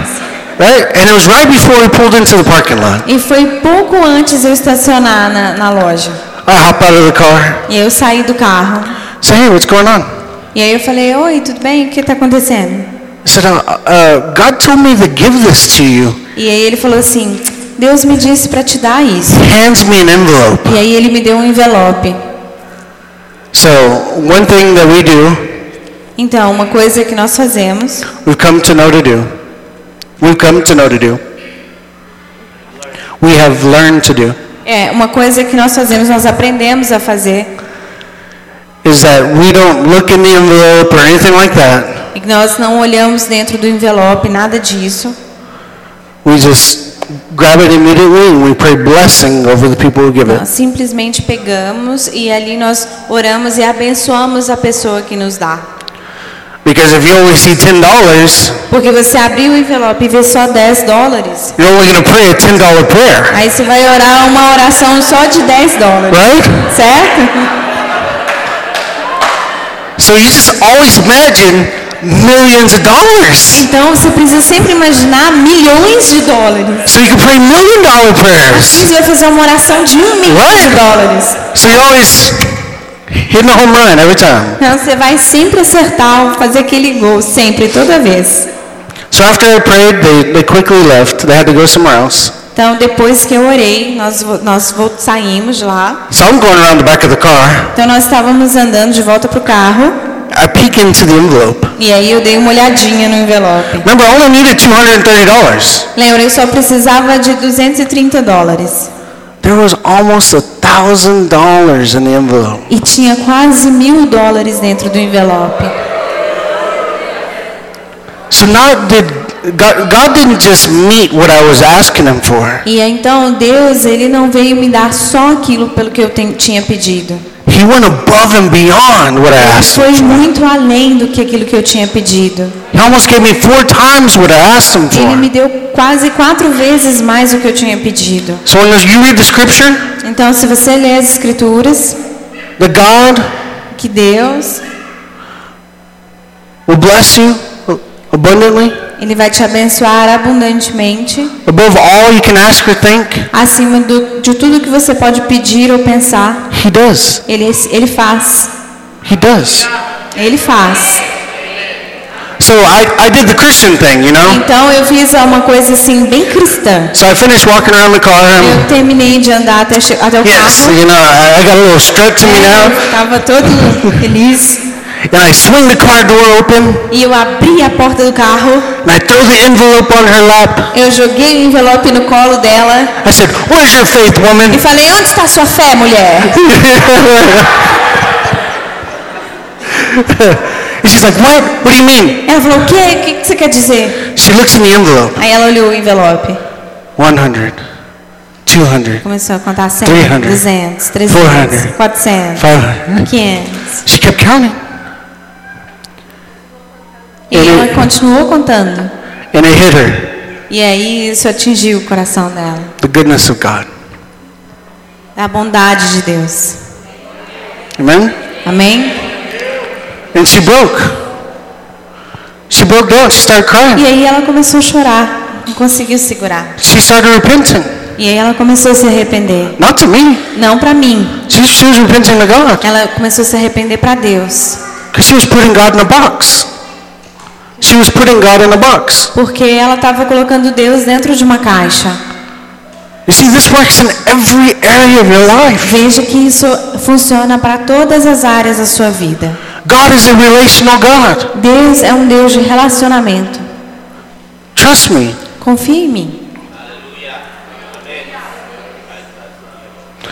S1: Right? And it was right before we pulled into the parking lot.
S2: E foi pouco antes eu estacionar na, na loja.
S1: I hop out of the car.
S2: E aí eu saí do carro.
S1: Say, hey, what's going on?
S2: E aí eu falei, oi, tudo bem? O que está acontecendo?
S1: I said, uh, uh, God told me to give this to you.
S2: E aí ele falou assim: Deus me disse para te dar isso.
S1: Hands me an envelope.
S2: E aí ele me deu um envelope.
S1: So one thing that we do,
S2: Então, uma coisa que nós fazemos,
S1: we've come to know to do. We've come to know to do. We have learned to do.
S2: é uma coisa que nós fazemos, nós aprendemos a fazer,
S1: Is that we don't look in the envelope or anything like that.
S2: e que nós não olhamos dentro do envelope, nada disso.
S1: We just grab it immediately and we pray blessing over the people who give it.
S2: Nós simplesmente pegamos e ali nós oramos e abençoamos a pessoa que nos dá.
S1: Because if you only see ten dollars,
S2: Porque você abrir o envelope e ver só 10 dólares,
S1: you're only going to pray a ten dollar prayer,
S2: aí você vai orar uma oração só de 10 dólares,
S1: right?
S2: certo?
S1: So you just always imagine millions of dollars,
S2: Então você precisa sempre imaginar milhões de dólares.
S1: so you can pray million dollar prayers,
S2: Você vai fazer uma oração de um milhão de dólares.
S1: so you're always hitting a home run every time.
S2: Então você vai sempre acertar, fazer aquele gol, sempre, toda vez.
S1: So after I prayed, they, they quickly left. They had to go somewhere else.
S2: Então depois que eu orei, nós, vo- nós vo- saímos de lá.
S1: So I'm going around the back of the car.
S2: Então nós estávamos andando de volta pro carro
S1: I peek into the envelope.
S2: e aí eu dei uma olhadinha no envelope.
S1: Remember, I only needed two hundred and thirty dollars.
S2: Lembra, eu só precisava de 230 dólares
S1: There was almost a thousand dollars in the envelope.
S2: e tinha quase mil dólares dentro do envelope.
S1: So now did God, God didn't just meet what I was asking Him for.
S2: E aí, então Deus, ele não veio me dar só aquilo pelo que eu ten- tinha pedido.
S1: He went above and beyond what I asked him.
S2: Foi muito além do que aquilo que eu tinha pedido.
S1: He almost gave me four times what I asked him
S2: Ele
S1: for.
S2: me deu quase quatro vezes mais do que eu tinha pedido.
S1: So when you read the scripture,
S2: Então, se você ler as Escrituras,
S1: that God
S2: que Deus
S1: will bless you, abundantly,
S2: Ele vai te abençoar abundantemente,
S1: above all you can ask or think.
S2: acima do- de tudo que você pode pedir ou pensar.
S1: He does.
S2: Ele, ele faz.
S1: He does.
S2: Ele faz.
S1: So I, I did the Christian thing, you know?
S2: Então eu fiz uma coisa assim, bem cristã.
S1: So I finished walking around the car. And
S2: Eu terminei de andar até, che- até o
S1: yes,
S2: carro.
S1: you know, I, I got a little strut to me now.
S2: Eu tava todo feliz.
S1: And I swing the car door open.
S2: E eu abri a porta do carro.
S1: And I throw the envelope on her lap.
S2: Eu joguei o envelope no colo dela.
S1: I said, Where's your faith,
S2: E
S1: woman?
S2: falei, onde está sua fé, mulher?
S1: And she's like, What? What do you mean?
S2: Ela falou, o quê? O que que você quer dizer?
S1: She looks in the envelope
S2: Aí ela olhou o envelope.
S1: 100, 200,
S2: Começou a contar 100,
S1: 300,
S2: 200, 300,
S1: 400,
S2: 400,
S1: 500.
S2: 500.
S1: She kept counting.
S2: E ela continuou contando.
S1: And it hit her
S2: E aí isso atingiu o coração dela.
S1: the goodness of God.
S2: A bondade de Deus.
S1: Amen?
S2: Amém?
S1: And she broke. She broke down. She started crying.
S2: E aí ela começou a chorar. Não conseguiu segurar.
S1: She started repenting.
S2: E aí ela começou a se arrepender.
S1: Not to me.
S2: Não pra mim.
S1: She, she was repenting to God
S2: Ela começou a se arrepender pra Deus.
S1: because she was putting God in a box. She was putting God in a box.
S2: Porque ela estava colocando Deus dentro de uma caixa.
S1: You see, this works in every area of your life.
S2: Veja que isso funciona para todas as áreas da sua vida.
S1: God is a relational God.
S2: Deus é um Deus de relacionamento.
S1: Trust me.
S2: Confie em mim.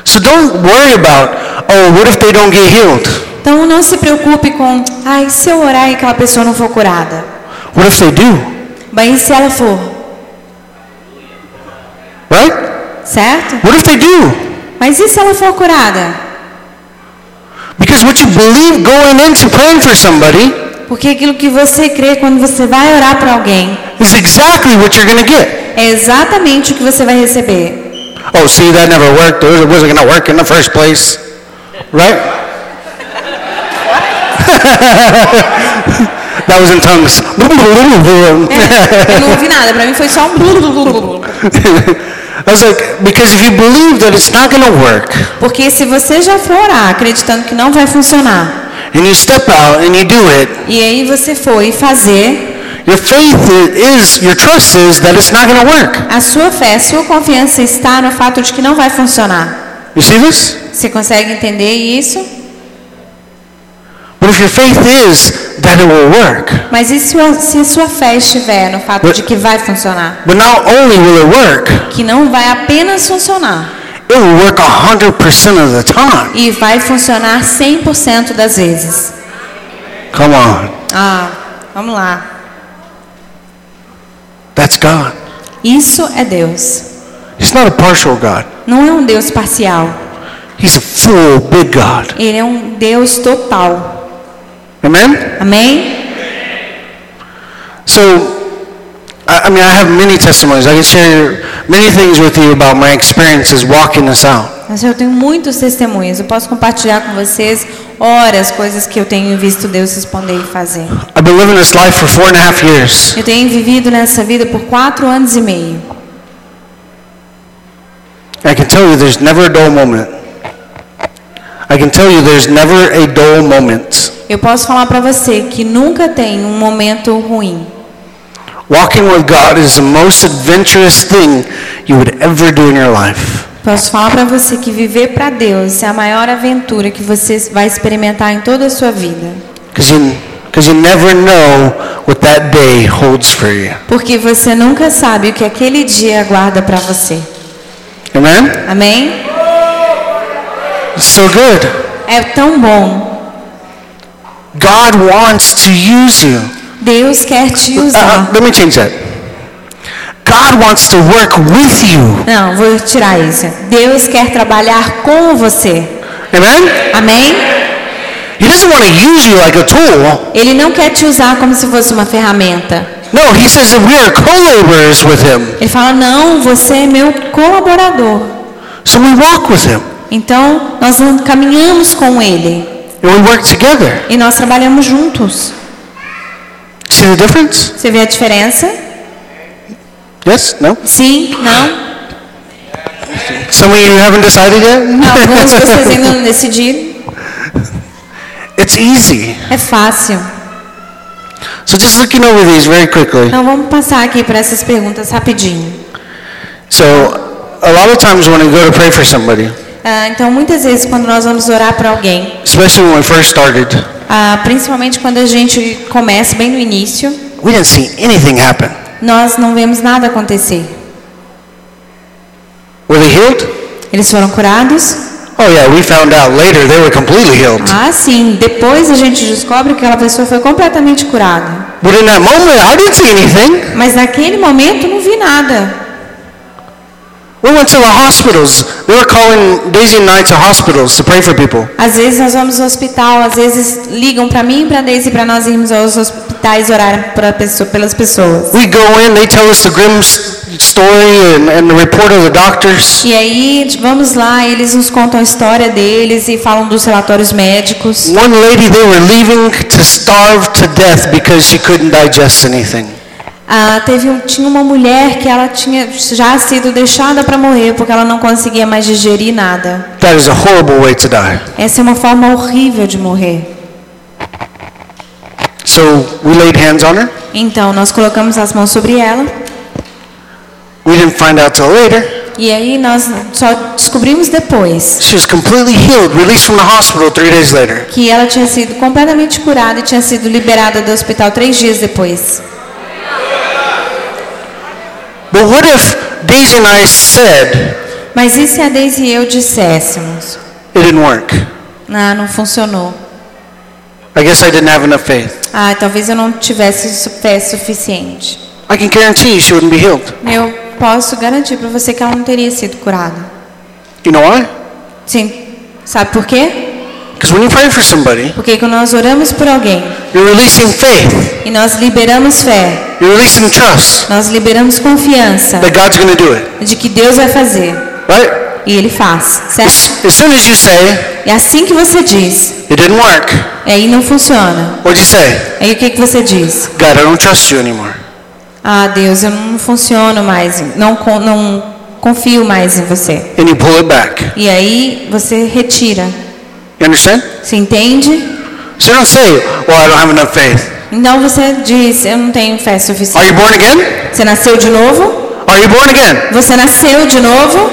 S1: So don't worry about, oh, what if they don't get healed?
S2: Então não se preocupe com, ai, se eu orar e aquela pessoa não for curada.
S1: What if they do?
S2: Mas e se ela for,
S1: Right?
S2: certo?
S1: What if they do?
S2: Mas e se ela for curada?
S1: Because what you believe going into praying for somebody
S2: Porque aquilo que você crê quando você vai orar para alguém
S1: is exactly what you're going to get.
S2: é exatamente o que você vai receber.
S1: Oh, see, that never worked. It wasn't going to work in the first place. Right? that was in tongues.
S2: Eu não ouvi nada, para mim foi só um blu, blu, blu, blu, blu.
S1: I was like, because if you believe that it's not going to work,
S2: Porque se você já for orar acreditando que não vai funcionar,
S1: and you step out and you do it,
S2: e aí você foi fazer,
S1: your faith i- is, your trust is that it's not going to work.
S2: a sua fé, a sua confiança está no fato de que não vai funcionar.
S1: You see this?
S2: Você consegue entender isso?
S1: But if your faith is that it will work,
S2: Mas e se, a- se a sua fé estiver no fato de que vai funcionar?
S1: but not only will it work,
S2: Que não vai apenas funcionar,
S1: it will work 100% of the time.
S2: e vai funcionar 100% das vezes.
S1: Come on.
S2: Ah, vamos lá.
S1: That's God.
S2: Isso é Deus.
S1: He's not a partial God.
S2: Não é um Deus parcial.
S1: He's a full, big God.
S2: Ele é um Deus total.
S1: Amen?
S2: Amém?
S1: So, I, I mean, I have many testimonies. I can share many things with you about my experiences walking this out.
S2: Mas eu tenho muitos testemunhos. Eu posso compartilhar com vocês horas, coisas que eu tenho visto Deus responder e fazer.
S1: I've been living this life for four and a half years.
S2: Eu tenho vivido nessa vida por quatro anos e meio.
S1: I can tell you there's never a dull moment. I can tell you there's never a dull moment.
S2: Eu posso falar para você que nunca tem um momento ruim.
S1: Walking with God is the most adventurous thing you would ever do in your life.
S2: Posso falar para você que viver para Deus é a maior aventura que você vai experimentar em toda a sua vida.
S1: Because you, cause you never know what that day holds for you.
S2: Porque você nunca sabe o que aquele dia aguarda para você.
S1: Amen?
S2: Amém?
S1: It's so good.
S2: É tão bom.
S1: God wants to use you.
S2: Deus quer te
S1: Uh, uh,
S2: usar.
S1: let me change that. God wants to work with you.
S2: Não, vou tirar isso. Deus quer trabalhar com você.
S1: Amen?
S2: Amém?
S1: He doesn't want to use you like a tool.
S2: Ele não quer te usar como se fosse uma ferramenta.
S1: No, he says that we are co-laborers with him.
S2: Ele fala: "Não, você é meu colaborador".
S1: So we walk with him.
S2: Então, nós caminhamos com ele
S1: And we work together.
S2: e nós trabalhamos juntos.
S1: See the difference?
S2: Você vê a diferença?
S1: Yes? No?
S2: Sim? Não?
S1: Some of you haven't decided yet?
S2: Alguns de vocês ainda não decidiram?
S1: it's easy.
S2: É fácil.
S1: So just looking over these very quickly.
S2: Então vamos passar aqui para essas perguntas rapidinho.
S1: So a lot of times when I go to pray for somebody,
S2: Ah, então muitas vezes quando nós vamos orar para alguém,
S1: especially when we first started,
S2: ah, principalmente quando a gente começa bem no início,
S1: we didn't see anything happen.
S2: nós não vemos nada acontecer.
S1: Were they healed?
S2: Eles foram curados?
S1: Oh yeah, we found out later they were completely healed.
S2: Ah, sim. Depois a gente descobre que aquela pessoa foi completamente curada.
S1: But in that moment, I didn't see anything.
S2: Mas naquele momento não vi nada.
S1: We went to the hospitals. They were calling days and nights to hospitals to pray for people.
S2: Às vezes nós vamos ao hospital, às vezes ligam para mim, para Daisy, para nós irmos aos hospitais orar pra pessoa- pelas pessoas.
S1: We go in, they tell us the grim s- story and, and the report of the doctors.
S2: E aí vamos lá, eles nos contam a história deles e falam dos relatórios médicos.
S1: One lady, they were leaving to starve to death because she couldn't digest anything.
S2: Ah, teve um- tinha uma mulher que ela tinha já sido deixada para morrer porque ela não conseguia mais digerir nada.
S1: That is a horrible way to die.
S2: Essa é uma forma horrível de morrer.
S1: So we laid hands on her.
S2: Então, nós colocamos as mãos sobre ela
S1: We didn't find out till later.
S2: e aí nós só descobrimos depois
S1: She was completely healed, released from the hospital three days later.
S2: que ela tinha sido completamente curada e tinha sido liberada do hospital três dias depois.
S1: But what if Daisy and I said
S2: Mas e se a Daisy e eu disséssemos?
S1: it didn't work?
S2: Ah, não funcionou.
S1: I guess I didn't have enough faith.
S2: Ah, talvez eu não tivesse su- fé suficiente.
S1: I can guarantee you she wouldn't be healed.
S2: Eu posso garantir para você que ela não teria sido curada.
S1: You know why?
S2: Sim. Sabe por quê?
S1: Because when you pray for somebody,
S2: Porque quando nós oramos por alguém
S1: you're releasing faith,
S2: e nós liberamos fé,
S1: you're releasing trust
S2: nós liberamos confiança
S1: that God's going to do it,
S2: de que Deus vai fazer.
S1: right?
S2: E ele faz, certo?
S1: As, as soon as you say
S2: É assim que você diz.
S1: it didn't work,
S2: E aí não funciona.
S1: what'd you say?
S2: Aí o que, que você diz?
S1: God, I don't trust you anymore.
S2: Ah, Deus, eu não funciono mais. Não, con- não confio mais em você.
S1: And you pull it back.
S2: E aí você retira.
S1: You understand?
S2: Você entende?
S1: So you don't say, well, I don't have enough faith.
S2: Então você diz: Eu não tenho fé suficiente.
S1: Are you born again?
S2: Você nasceu de novo?
S1: Are you born again?
S2: Você nasceu de novo?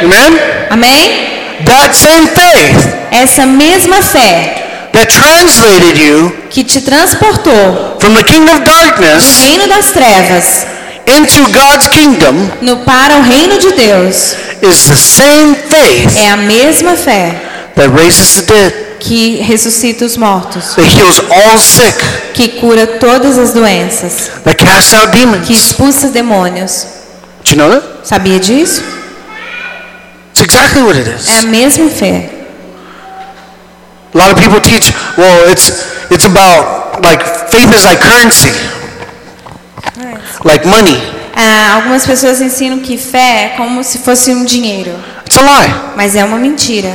S1: Amen?
S2: Amém?
S1: That same faith
S2: Essa mesma fé
S1: that translated you
S2: que te transportou
S1: from the kingdom of
S2: do
S1: darkness
S2: reino das trevas
S1: into God's kingdom
S2: no, para o reino de Deus
S1: is the same faith
S2: é a mesma fé
S1: that raises the dead,
S2: que ressuscita os mortos,
S1: that heals all sick,
S2: que cura todas as doenças,
S1: that casts out
S2: que
S1: demons.
S2: expulsa demônios.
S1: Do you know that?
S2: Sabia disso?
S1: It's exactly what it
S2: É a
S1: is.
S2: mesma fé.
S1: A lot of people teach, well, it's it's about like faith is like currency, like money.
S2: Ah, algumas pessoas ensinam que fé é como se fosse um dinheiro,
S1: It's a lie.
S2: mas é uma mentira.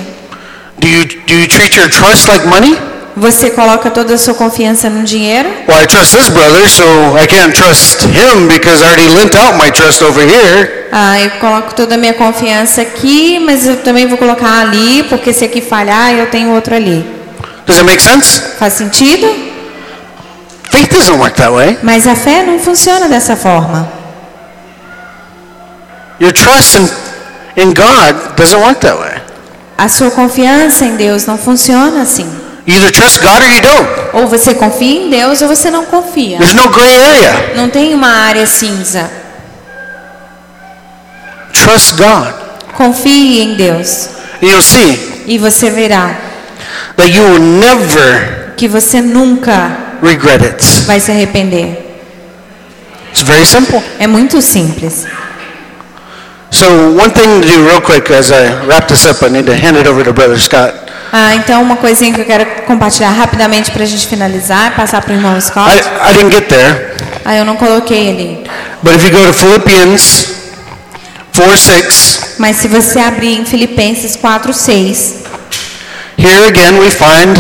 S1: Do you do you treat your trust like money?
S2: Você coloca toda a sua confiança no dinheiro
S1: Well, I trust this brother, so I can't trust him because I already lent out my trust over here.
S2: Ah, eu coloco toda a minha confiança aqui, mas eu também vou colocar ali, porque se aqui falhar, eu tenho outro ali.
S1: Does it make sense?
S2: Faz sentido?
S1: Faith doesn't work that way.
S2: Mas a fé não funciona dessa forma.
S1: Your trust in, in God doesn't work that way.
S2: A sua confiança em Deus não funciona assim.
S1: You either trust God or you don't.
S2: Ou você confia em Deus ou você não confia.
S1: There's no gray area.
S2: Não tem uma área cinza.
S1: Trust God.
S2: Confie em Deus
S1: And you'll see
S2: e você verá
S1: that you will never
S2: que você nunca
S1: regret it.
S2: vai se arrepender.
S1: It's very simple.
S2: É muito simples.
S1: So one thing to do real quick as I wrap this up, I need to hand it over to Brother Scott.
S2: Ah, então uma coisinha que eu quero compartilhar rapidamente para a gente finalizar, passar para o irmão Scott.
S1: I, I didn't get there,
S2: Ah, eu não coloquei ali.
S1: but if you go to Philippians 4 6,
S2: Mas se você abrir em Filipenses 4, 6,
S1: Here again we find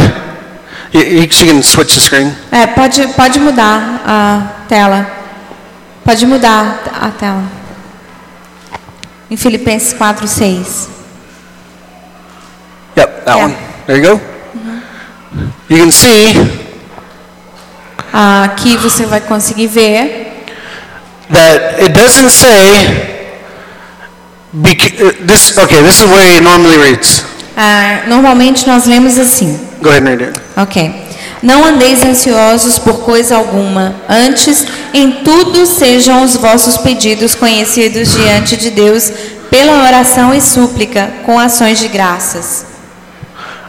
S1: You, you she can switch the screen.
S2: É, pode, pode mudar a tela. Pode mudar a tela. Em Filipenses 4, 6.
S1: Yep, that
S2: Yeah.
S1: one. There you go. You can see
S2: Ah, Aqui você vai conseguir ver.
S1: that it doesn't say. Bec- uh, this okay. This is where it normally reads.
S2: Ah, normalmente nós lemos assim.
S1: Go ahead and read it.
S2: Ok. Não andeis ansiosos por coisa alguma, antes em tudo sejam os vossos pedidos conhecidos diante de Deus pela oração e súplica, com ações de graças.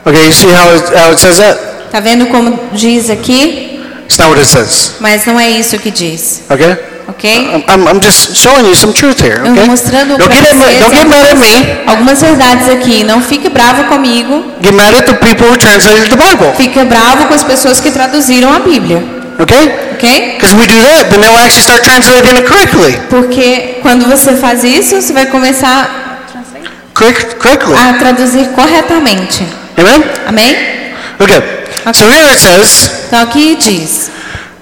S1: Okay, you see how it, how it says that?
S2: Tá vendo como diz aqui?
S1: It's not what it says.
S2: Mas não é isso que diz,
S1: Okay,
S2: ok?
S1: I'm, I'm- I'm just showing you some truth here.
S2: Eu
S1: Okay,
S2: mostrando
S1: don't
S2: pra
S1: get mad,
S2: vocês
S1: don't get mad at me.
S2: algumas verdades aqui. Não fique bravo comigo,
S1: Get mad at the people who translated the Bible.
S2: fique bravo com as pessoas que traduziram a Bíblia,
S1: Okay,
S2: ok?
S1: because we do that, then they'll actually start translating it correctly.
S2: Porque quando você faz isso, você vai começar
S1: Correct, correctly.
S2: a traduzir corretamente.
S1: Amen.
S2: Amém?
S1: Okay. So here it says,
S2: Então aqui diz: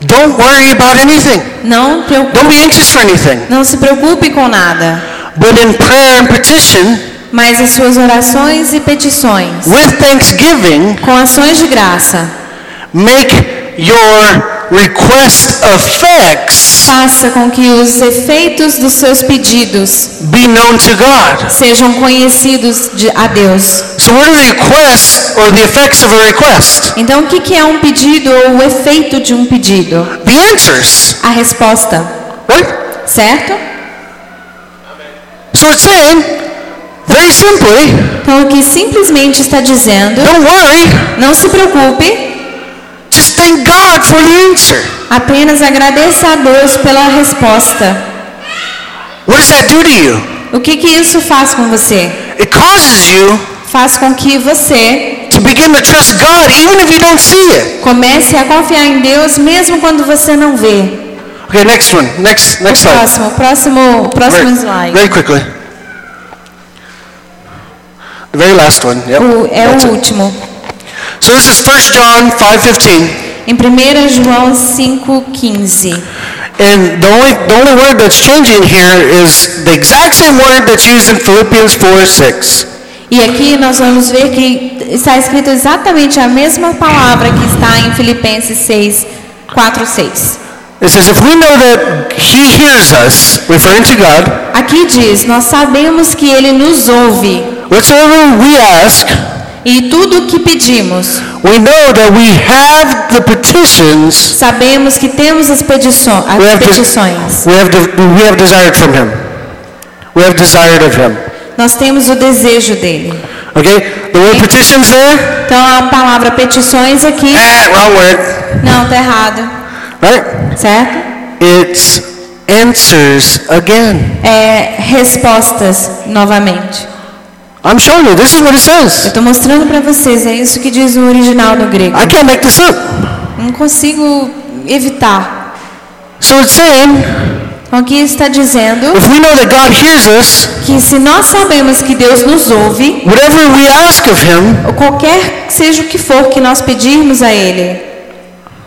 S1: don't worry about anything.
S2: não, preocu-
S1: Don't be anxious for anything,
S2: não se preocupe com nada,
S1: but in prayer and petition
S2: mas as suas orações e petições,
S1: with thanksgiving
S2: com ações de graça,
S1: make your request effects
S2: faça com que os efeitos dos seus pedidos
S1: be known to God.
S2: sejam conhecidos de, a Deus.
S1: So what are the requests or the effects of a request?
S2: Então, o que, que é um pedido ou o efeito de um pedido?
S1: The answers,
S2: A resposta,
S1: right?
S2: certo?
S1: So it's saying very simply,
S2: Então, o que simplesmente está dizendo:
S1: don't worry,
S2: não se preocupe.
S1: just thank God for the answer.
S2: Apenas agradeça a Deus pela resposta.
S1: What does that do to you?
S2: O que que isso faz com você?
S1: It causes you
S2: Faz com que você
S1: to begin to trust God even if you don't see it.
S2: comece a confiar em Deus mesmo quando você não vê.
S1: Okay, next one. Next next slide.
S2: Próximo, próximo, próximo
S1: Very,
S2: slide.
S1: very quickly. The very last one, yep.
S2: O, é
S1: That's it.
S2: o último.
S1: So this is 1 John 5.15.
S2: Em 1 João 5,15.
S1: And the only, the only word that's changing here is the exact same word that's used in Philippians 4.6.
S2: E aqui nós vamos ver que está escrito exatamente a mesma palavra que está em Filipenses 6, 4, 6.
S1: It says, if we know that he hears us, referring to God,
S2: Aqui diz: Nós sabemos que Ele nos ouve
S1: whatsoever we ask,
S2: e tudo o que pedimos.
S1: we know that we have the petitions
S2: Sabemos que temos as, petiço- as
S1: we have, de-
S2: petições.
S1: we have, de- we have desired from him. We have desired of him.
S2: Nós temos o desejo dele.
S1: Okay? The word petitions there
S2: Então a palavra petições aqui.
S1: Ah, wrong word.
S2: Não, tá errado.
S1: Right?
S2: Certo?
S1: It's answers again.
S2: É respostas novamente.
S1: I'm showing you. This is what it
S2: Eu
S1: says.
S2: tô mostrando para vocês, é isso que diz o original no grego.
S1: I can't make this up.
S2: Não consigo evitar.
S1: So it's saying,
S2: Então aqui está dizendo
S1: if we know that God hears us,
S2: que se nós sabemos que Deus nos ouve,
S1: whatever we ask of Him,
S2: ou qualquer seja o que for que nós pedirmos a ele.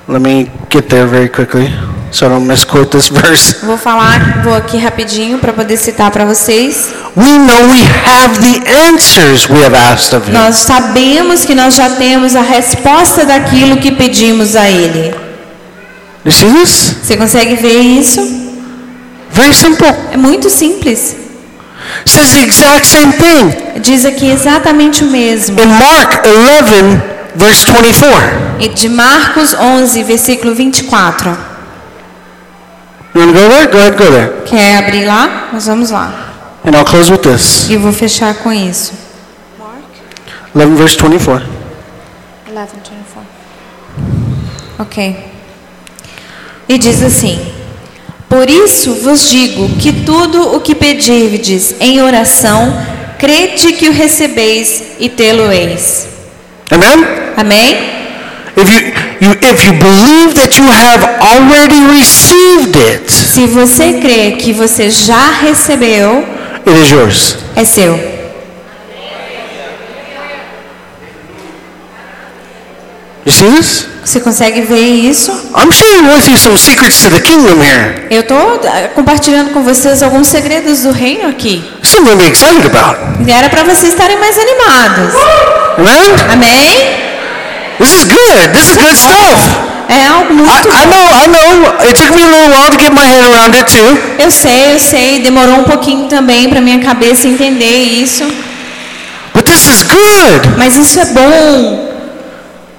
S1: let me get there very quickly so I don't misquote this verse.
S2: Vou falar, vou aqui rapidinho para poder citar para vocês.
S1: We know we have the answers we have asked of Him.
S2: Nós sabemos que nós já temos a resposta daquilo que pedimos a Ele.
S1: You see this?
S2: Você consegue ver isso?
S1: Very simple.
S2: É muito simples.
S1: It says the exact same thing
S2: Diz aqui exatamente o mesmo.
S1: in Mark 11, verse 24.
S2: E De Marcos 11, versículo 24.
S1: You want to go there? Go ahead, go there.
S2: Quer abrir lá? Nós vamos lá.
S1: And I'll close with this.
S2: E eu vou fechar com isso.
S1: 11 verse 24.
S2: Ok. E diz assim: Por isso vos digo que tudo o que pedirdes em oração, crede que o recebeis e tê-lo-eis.
S1: Amen?
S2: Amém?
S1: If you, you, if you believe that you have already received it,
S2: Se você crê que você já recebeu,
S1: it is yours.
S2: é seu.
S1: You see this?
S2: Você consegue ver isso?
S1: I'm sharing with you some secrets to the kingdom here.
S2: Eu estou compartilhando com vocês alguns segredos do reino aqui.
S1: Something to be excited about.
S2: E era para vocês estarem mais animados.
S1: Amen?
S2: Amém?
S1: This is good. This is good stuff.
S2: É algo
S1: I,
S2: muito
S1: I
S2: bom.
S1: know, I know. It took me a little while to get my head around it too.
S2: Eu sei, eu sei. Demorou um pouquinho também para minha cabeça entender isso.
S1: But this is good.
S2: Mas isso é bom.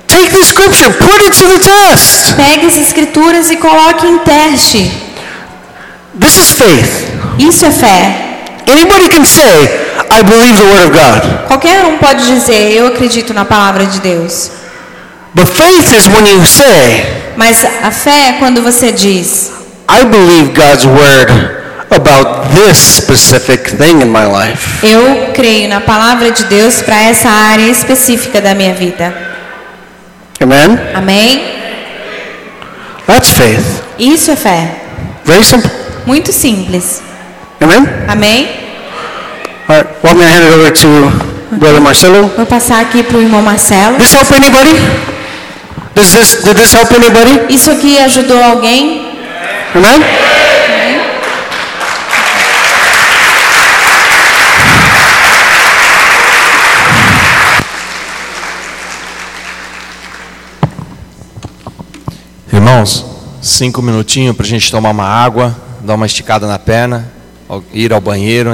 S1: Take the scripture, put it to the test.
S2: Pegue as escrituras e coloque em teste.
S1: This is faith.
S2: Isso é fé.
S1: Anybody can say, I believe the word of God.
S2: Qualquer um pode dizer, eu acredito na palavra de Deus.
S1: But faith is when you say,
S2: Mas a fé é quando você diz,
S1: I believe God's word about this specific thing in my life.
S2: eu creio na palavra de Deus para essa área específica da minha vida.
S1: Amen?
S2: Amém?
S1: That's faith.
S2: Isso é fé.
S1: Very simple.
S2: Muito simples.
S1: Amen?
S2: Amém?
S1: All right, well, I'm going to hand it over to Brother Marcelo.
S2: Vou passar aqui para o irmão Marcelo.
S1: This help anybody? Does this, did this help anybody?
S2: Isso aqui ajudou alguém?
S1: Amen?
S3: Irmãos, cinco minutinhos para a gente tomar uma água, dar uma esticada na perna, ao- ir ao banheiro,